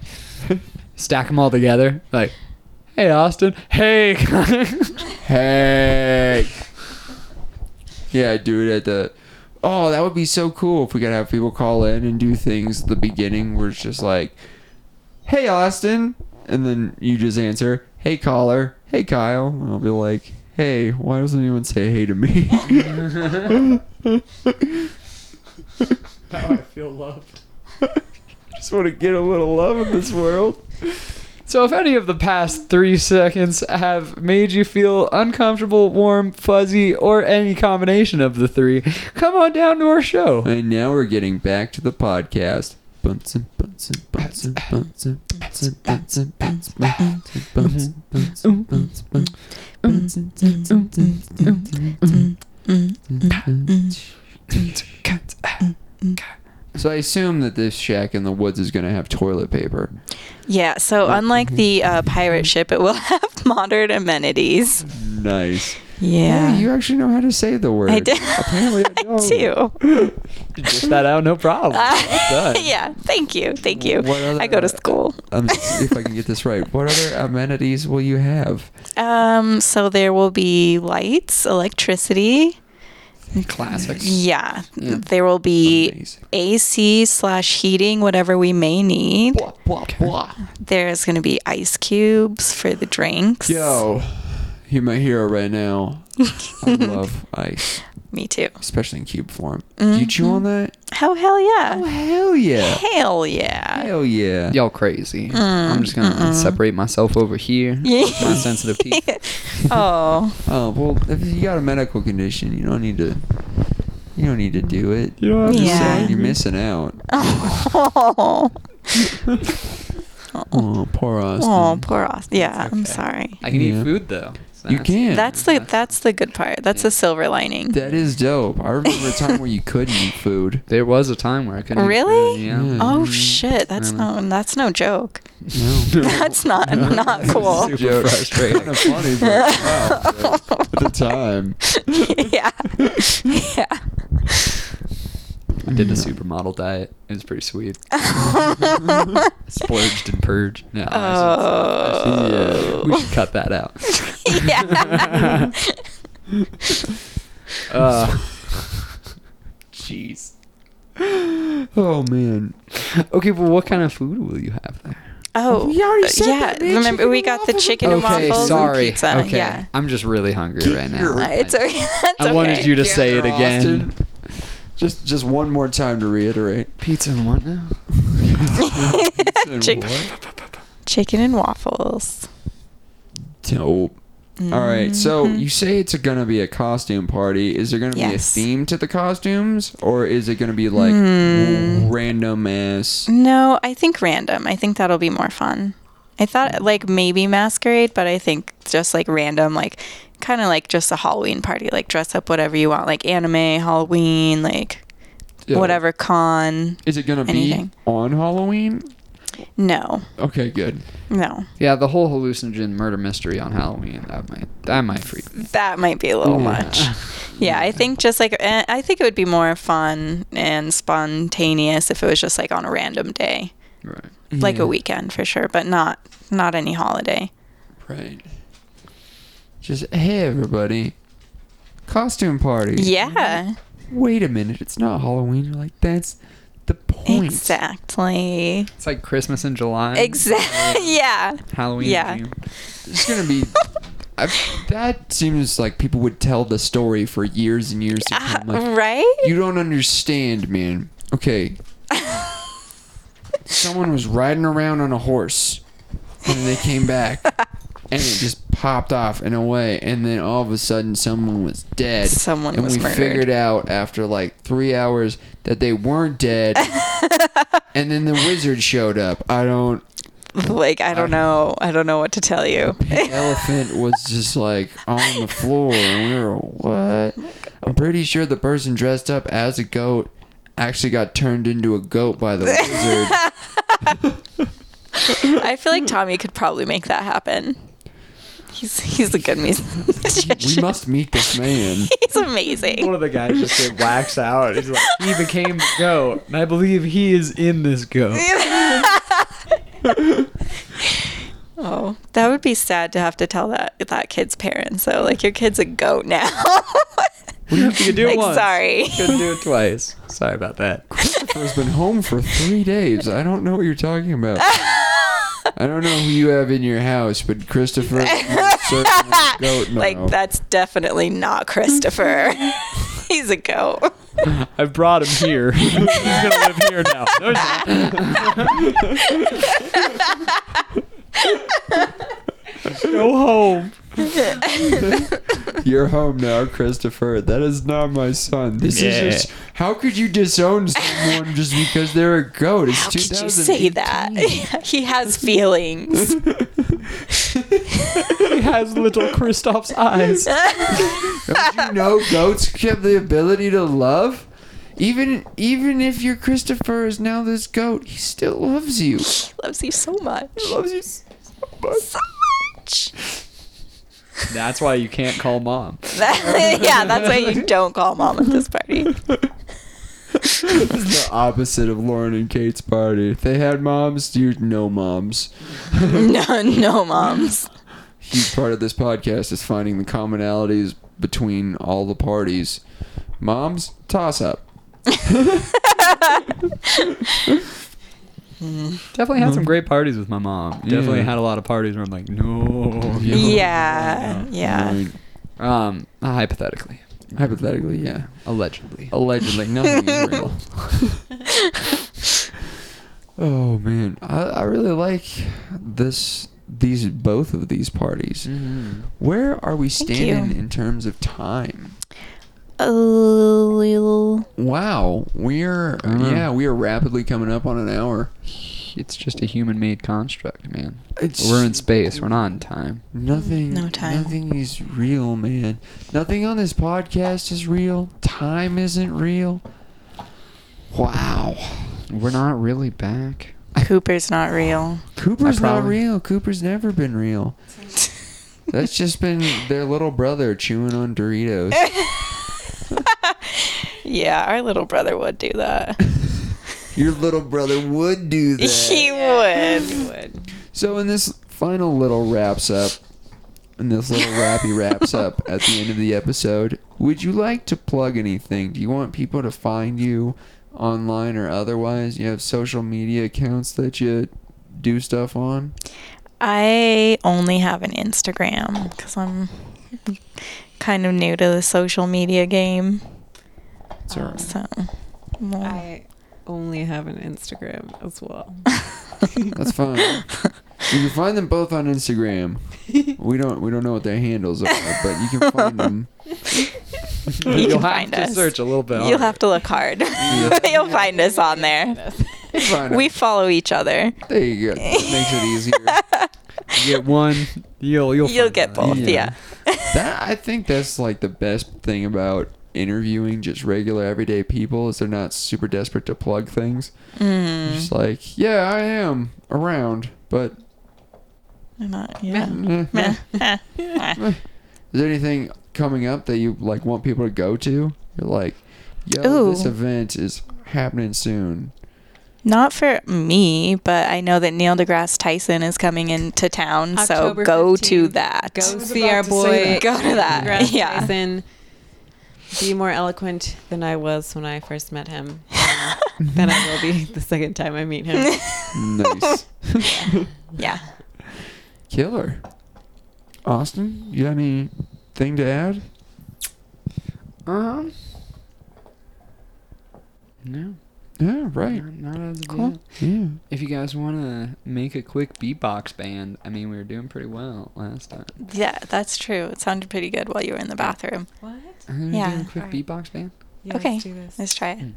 Speaker 2: stack them all together. Like, hey Austin, hey Connor.
Speaker 1: Hey. Yeah, do it at the. Oh, that would be so cool if we could have people call in and do things at the beginning where it's just like, hey, Austin. And then you just answer, hey, caller. Hey, Kyle. And I'll be like, hey, why doesn't anyone say hey to me?
Speaker 6: How I feel loved.
Speaker 1: just want to get a little love in this world.
Speaker 2: So, if any of the past three seconds have made you feel uncomfortable, warm, fuzzy, or any combination of the three, come on down to our show.
Speaker 1: And now we're getting back to the podcast. Bunsen, Bunsen, Bunsen, Bunsen, Bunsen, Bunsen, Bunsen, Bunsen, Bunsen, Bunsen, Bunsen, Bunsen.
Speaker 5: Mm, mm.
Speaker 1: So I assume that this shack in the woods is going to have toilet paper.
Speaker 5: yeah. So unlike the uh, pirate ship, it will have modern amenities.
Speaker 1: Nice.
Speaker 5: Yeah,
Speaker 1: Hey, you actually know how to say the word.
Speaker 5: I did.
Speaker 1: Apparently, I
Speaker 5: I
Speaker 1: don't.
Speaker 5: do.
Speaker 2: Dish that out, no problem. Well done.
Speaker 5: yeah, thank you, thank you.
Speaker 1: What other-
Speaker 5: I go to school.
Speaker 1: Um, if I can get this right, what other amenities will you have?
Speaker 5: Um, so there will be lights, electricity.
Speaker 2: Classics.
Speaker 5: Yeah, there will be
Speaker 1: Amazing.
Speaker 5: AC slash heating, whatever we may need.
Speaker 1: Blah, blah, blah.
Speaker 5: There's going to be ice cubes for the drinks.
Speaker 1: Yo, you're my hero right now. I love ice,
Speaker 5: Me too.
Speaker 1: especially in cube form. Do you chew on that?
Speaker 5: Oh, hell
Speaker 1: Oh,
Speaker 5: yeah.
Speaker 1: hell yeah.
Speaker 5: Hell yeah.
Speaker 1: Hell yeah.
Speaker 2: Y'all crazy.
Speaker 5: Mm,
Speaker 2: I'm just gonna separate myself over here. My sensitive teeth.
Speaker 5: oh,
Speaker 1: Oh, well, if you got a medical condition, you don't need to. You don't need to do it. You
Speaker 2: don't
Speaker 1: I'm just
Speaker 5: Yeah.
Speaker 1: saying you're missing out.
Speaker 5: oh,
Speaker 1: Oh, poor us.
Speaker 5: oh, poor Austin. Yeah, I'm sorry.
Speaker 2: I can
Speaker 1: Yeah.
Speaker 2: eat food though. So
Speaker 1: you
Speaker 2: that's-
Speaker 1: can.
Speaker 5: That's the that's the good part. That's the silver lining.
Speaker 1: That is dope. I remember a time where you couldn't eat food.
Speaker 2: There was a time where I couldn't. eat
Speaker 5: Really?
Speaker 2: food, yeah.
Speaker 5: Oh shit, that's um, no that's no joke. That's not not cool.
Speaker 1: Joke. Kind of funny, but wow, but at the time.
Speaker 5: yeah. Yeah.
Speaker 2: I did a supermodel diet. It was pretty sweet. Splurged and purged. No,
Speaker 5: Oh.
Speaker 2: I should- I should-
Speaker 1: Oh.
Speaker 2: we should cut that out.
Speaker 5: yeah.
Speaker 2: Uh,
Speaker 1: Jeez. Oh man.
Speaker 2: okay, but what kind of food will you have there?
Speaker 5: Oh.
Speaker 1: You already said
Speaker 5: yeah,
Speaker 1: that, man.
Speaker 5: remember
Speaker 1: Chicken
Speaker 5: we
Speaker 1: and
Speaker 5: got the
Speaker 1: waffles.
Speaker 5: chicken and waffles and pizza.
Speaker 2: Okay.
Speaker 5: Yeah.
Speaker 2: I'm just really hungry right now.
Speaker 5: Uh, It's okay. That's
Speaker 2: I wanted
Speaker 5: okay.
Speaker 2: you to say it again.
Speaker 1: Austin, just just one more time to reiterate.
Speaker 2: Pizza and what now?
Speaker 5: Chick- chicken and waffles.
Speaker 1: Dope. All right, so you say it's gonna be a costume party. Is there gonna be a
Speaker 5: Mm-hmm. Yes.
Speaker 1: theme to the costumes, or is it gonna be like
Speaker 5: Hmm.
Speaker 1: random ass?
Speaker 5: No, I think random. I think that'll be more fun. I thought like maybe masquerade, but I think just like random, like kind of like just a Halloween party, like dress up whatever you want, like anime, Halloween, like
Speaker 1: Yeah.
Speaker 5: whatever con.
Speaker 1: Is it gonna
Speaker 5: Anything.
Speaker 1: be on Halloween?
Speaker 5: No,
Speaker 1: Okay, good.
Speaker 5: no,
Speaker 2: Yeah, the whole hallucinogen murder mystery on Halloween. That might that might freak me.
Speaker 5: that might be a little much. Yeah, I think just like eh, I think it would be more fun and spontaneous if it was just like on a random day,
Speaker 2: Right.
Speaker 5: like a weekend for sure, but not not any holiday.
Speaker 1: Right. Just hey everybody, costume party.
Speaker 5: Yeah,
Speaker 1: Wait a minute, it's not Halloween. You're like that's the point.
Speaker 5: exactly.
Speaker 2: It's like Christmas in July.
Speaker 5: Exactly. yeah.
Speaker 2: Halloween.
Speaker 5: Yeah.
Speaker 2: theme.
Speaker 1: It's gonna be. I, that seems like people would tell the story for years and years to come. Like,
Speaker 5: Right?
Speaker 1: You don't understand, man. Okay. someone was riding around on a horse and they came back and it just popped off and away and then all of a sudden someone was dead
Speaker 5: Someone
Speaker 1: and
Speaker 5: was
Speaker 1: we
Speaker 5: murdered.
Speaker 1: figured out after like three hours that they weren't dead and then the wizard showed up i don't
Speaker 5: Like I don't know. I don't know what to tell you.
Speaker 1: the elephant was just like on the floor and we were what i'm pretty sure the person dressed up as a goat actually got turned into a goat by the wizard
Speaker 5: I feel like Tommy could probably make that happen. He's he's a good
Speaker 1: we
Speaker 5: musician.
Speaker 1: must meet this man
Speaker 5: he's amazing.
Speaker 6: One of the guys just get waxed out. He's like, he became the goat, and I believe he is in this goat.
Speaker 5: Oh, that would be sad to have to tell that that kid's parents though. Like your kid's a goat now.
Speaker 6: You could do it
Speaker 5: like
Speaker 6: once.
Speaker 5: sorry.
Speaker 6: Couldn't do it twice. Sorry about that.
Speaker 1: Christopher's been home for three days. I don't know what you're talking about. I don't know who you have in your house, but Christopher is certainly a goat now.
Speaker 5: Like that's definitely not Christopher. he's a goat.
Speaker 6: I brought him here. He's gonna live here now. No, he's not. Go home.
Speaker 1: You're home now, Christopher. That is not my son. This
Speaker 6: Yeah.
Speaker 1: is just how could you disown someone just because they're a goat? It's
Speaker 5: How could you say that? he has feelings.
Speaker 6: He has little Kristoff's eyes.
Speaker 1: Don't you know goats have the ability to love? Even even if your Christopher is now this goat, he still loves you.
Speaker 5: Loves you so much.
Speaker 1: Loves you so much.
Speaker 5: So much.
Speaker 2: That's why you can't call mom.
Speaker 5: That- yeah, that's why you don't call mom at this party.
Speaker 1: It's the opposite of Lauren and Kate's party. If they had moms, you no moms.
Speaker 5: No, no moms.
Speaker 1: Huge part of this podcast is finding the commonalities between all the parties. Moms, toss up.
Speaker 2: Definitely had some great parties with my mom. Definitely had a lot of parties where I'm like, no. you know.
Speaker 5: Yeah,
Speaker 1: Oh,
Speaker 5: yeah.
Speaker 1: Right.
Speaker 2: Um, hypothetically,
Speaker 1: Hypothetically, yeah.
Speaker 2: allegedly.
Speaker 1: Allegedly, nothing is real. oh man, I, I really like this. These both of these parties. Mm-hmm. Where are we
Speaker 5: Thank you.
Speaker 1: standing in terms of time?
Speaker 5: Oh,
Speaker 1: Wow, we're yeah, we are rapidly coming up on an hour.
Speaker 2: It's just a human-made construct, man.
Speaker 1: It's
Speaker 2: We're in space. We're not in time.
Speaker 1: nothing.
Speaker 5: No time.
Speaker 1: Nothing is real, man. Nothing on this podcast is real. Time isn't real. Wow,
Speaker 2: We're not really back.
Speaker 5: Cooper's not real.
Speaker 1: Cooper's not
Speaker 2: probably-
Speaker 1: real. Cooper's never been real. That's just been their little brother chewing on Doritos.
Speaker 5: Yeah, our little brother would do that.
Speaker 1: Your little brother would do that.
Speaker 5: He would.
Speaker 1: So in this final little wraps up, in this little wrappy wraps up at the end of the episode, would you like to plug anything? Do you want people to find you online or otherwise? You have social media accounts that you do stuff on?
Speaker 5: I only have an Instagram because I'm kind of new to the social media game.
Speaker 1: It's all right.
Speaker 5: So, well,
Speaker 4: I only have an Instagram as well.
Speaker 1: That's fine. you can find them both on Instagram. We don't we don't know what their handles are, but you can find them.
Speaker 5: you
Speaker 2: You'll
Speaker 5: can
Speaker 2: have
Speaker 5: find
Speaker 2: to
Speaker 5: us.
Speaker 2: search a little bit.
Speaker 5: You'll have to look hard, but you'll find us on there.
Speaker 1: Find
Speaker 5: We
Speaker 1: them.
Speaker 5: follow each other.
Speaker 1: There you go. That makes it easier.
Speaker 2: You get one. You'll you'll
Speaker 5: You'll
Speaker 2: find
Speaker 5: get
Speaker 2: out.
Speaker 5: both.
Speaker 1: Yeah.
Speaker 5: Yeah.
Speaker 1: that I think that's like the best thing about interviewing just regular everyday people is they're not super desperate to plug things. Mm. Just like, yeah, I am around, but
Speaker 5: I'm not- yeah.
Speaker 1: eh, eh. is there anything coming up that you like want people to go to? You're like, yo,
Speaker 5: Ooh.
Speaker 1: this event is happening soon.
Speaker 5: Not for me, but I know that Neil deGrasse Tyson is coming into town,
Speaker 4: October
Speaker 5: so go
Speaker 4: 15th.
Speaker 5: to that.
Speaker 4: Go see our boy.
Speaker 5: Go to that.
Speaker 4: Grass
Speaker 5: Yeah.
Speaker 4: Tyson. Be more eloquent than I was when I first met him. and Than I will be the second time I meet him.
Speaker 1: Nice.
Speaker 5: Yeah.
Speaker 1: Killer. Austin, you got anything to add?
Speaker 2: Um. No.
Speaker 1: Yeah, right.
Speaker 2: Not out of the
Speaker 5: Cool.
Speaker 2: deal.
Speaker 1: Yeah.
Speaker 2: If you guys want to make a quick beatbox band, I mean, we were doing pretty well last time.
Speaker 5: Yeah, that's true. It sounded pretty good while you were in the bathroom.
Speaker 4: What?
Speaker 2: Are we
Speaker 5: Yeah.
Speaker 2: doing a quick
Speaker 4: Alright.
Speaker 2: beatbox band?
Speaker 4: Yeah,
Speaker 5: Okay.
Speaker 4: Let's do this.
Speaker 5: Let's try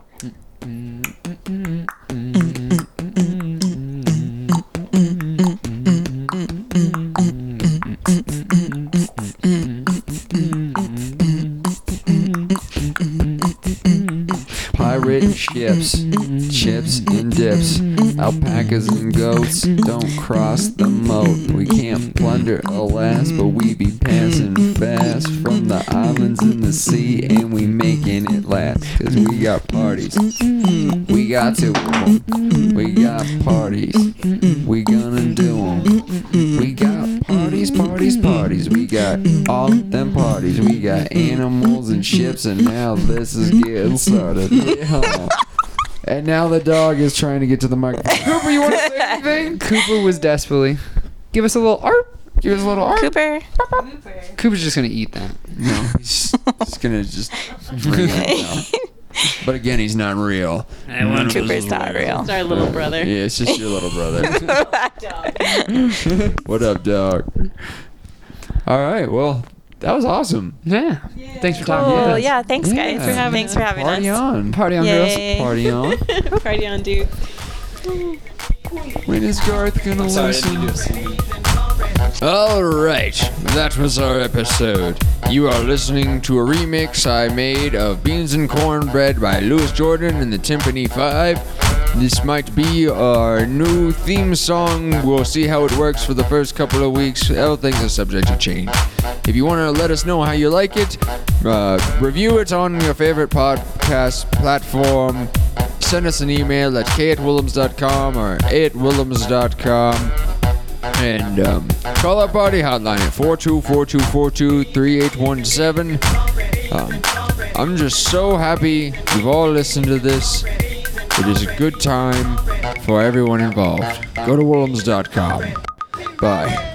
Speaker 5: it.
Speaker 1: Pirate ships, chips and dips, alpacas and goats don't cross the moat. We can't plunder, alas, but we be passing fast from the islands in the sea, and we making it last. Cause we got parties, we got to 'em. we got parties, we gonna do 'em. We got parties, parties, parties. We got all of them parties. We got animals and ships, and now this is getting started. Yeah. And now the dog is trying to get to the microphone. Cooper, you want to say anything?
Speaker 2: Cooper was desperately. Give us a little art.
Speaker 1: Give us a little arm.
Speaker 5: Cooper.
Speaker 2: Cooper's just gonna eat that.
Speaker 1: No, he's, he's gonna just. Bring it now. But again, he's not real.
Speaker 5: Cooper's not real.
Speaker 4: It's our little brother.
Speaker 1: Yeah, it's just your little brother. what up, dog? All right, well, that was awesome.
Speaker 2: Yeah. Thanks for talking.
Speaker 5: Cool.
Speaker 2: to us.
Speaker 5: Yeah, thanks, guys.
Speaker 1: Oh, Yeah. For having
Speaker 5: thanks for having
Speaker 1: Party
Speaker 5: us.
Speaker 1: on.
Speaker 2: Party on,
Speaker 5: Yay.
Speaker 2: girls.
Speaker 1: Party on.
Speaker 4: Party on, dude.
Speaker 1: When is Garth gonna All right, that was our episode. You are listening to a remix I made of Beans and Cornbread by Louis Jordan and the Timpani Five. This might be our new theme song. We'll see how it works for the first couple of weeks. Everything's a subject to change. If you want to let us know how you like it, uh, review it on your favorite podcast platform. Send us an email at katewillems.com or atwillems.com. And um, call our party hotline at 4242423817. Um, I'm just so happy you've all listened to this. It is a good time for everyone involved. Go to Willems.com. Bye.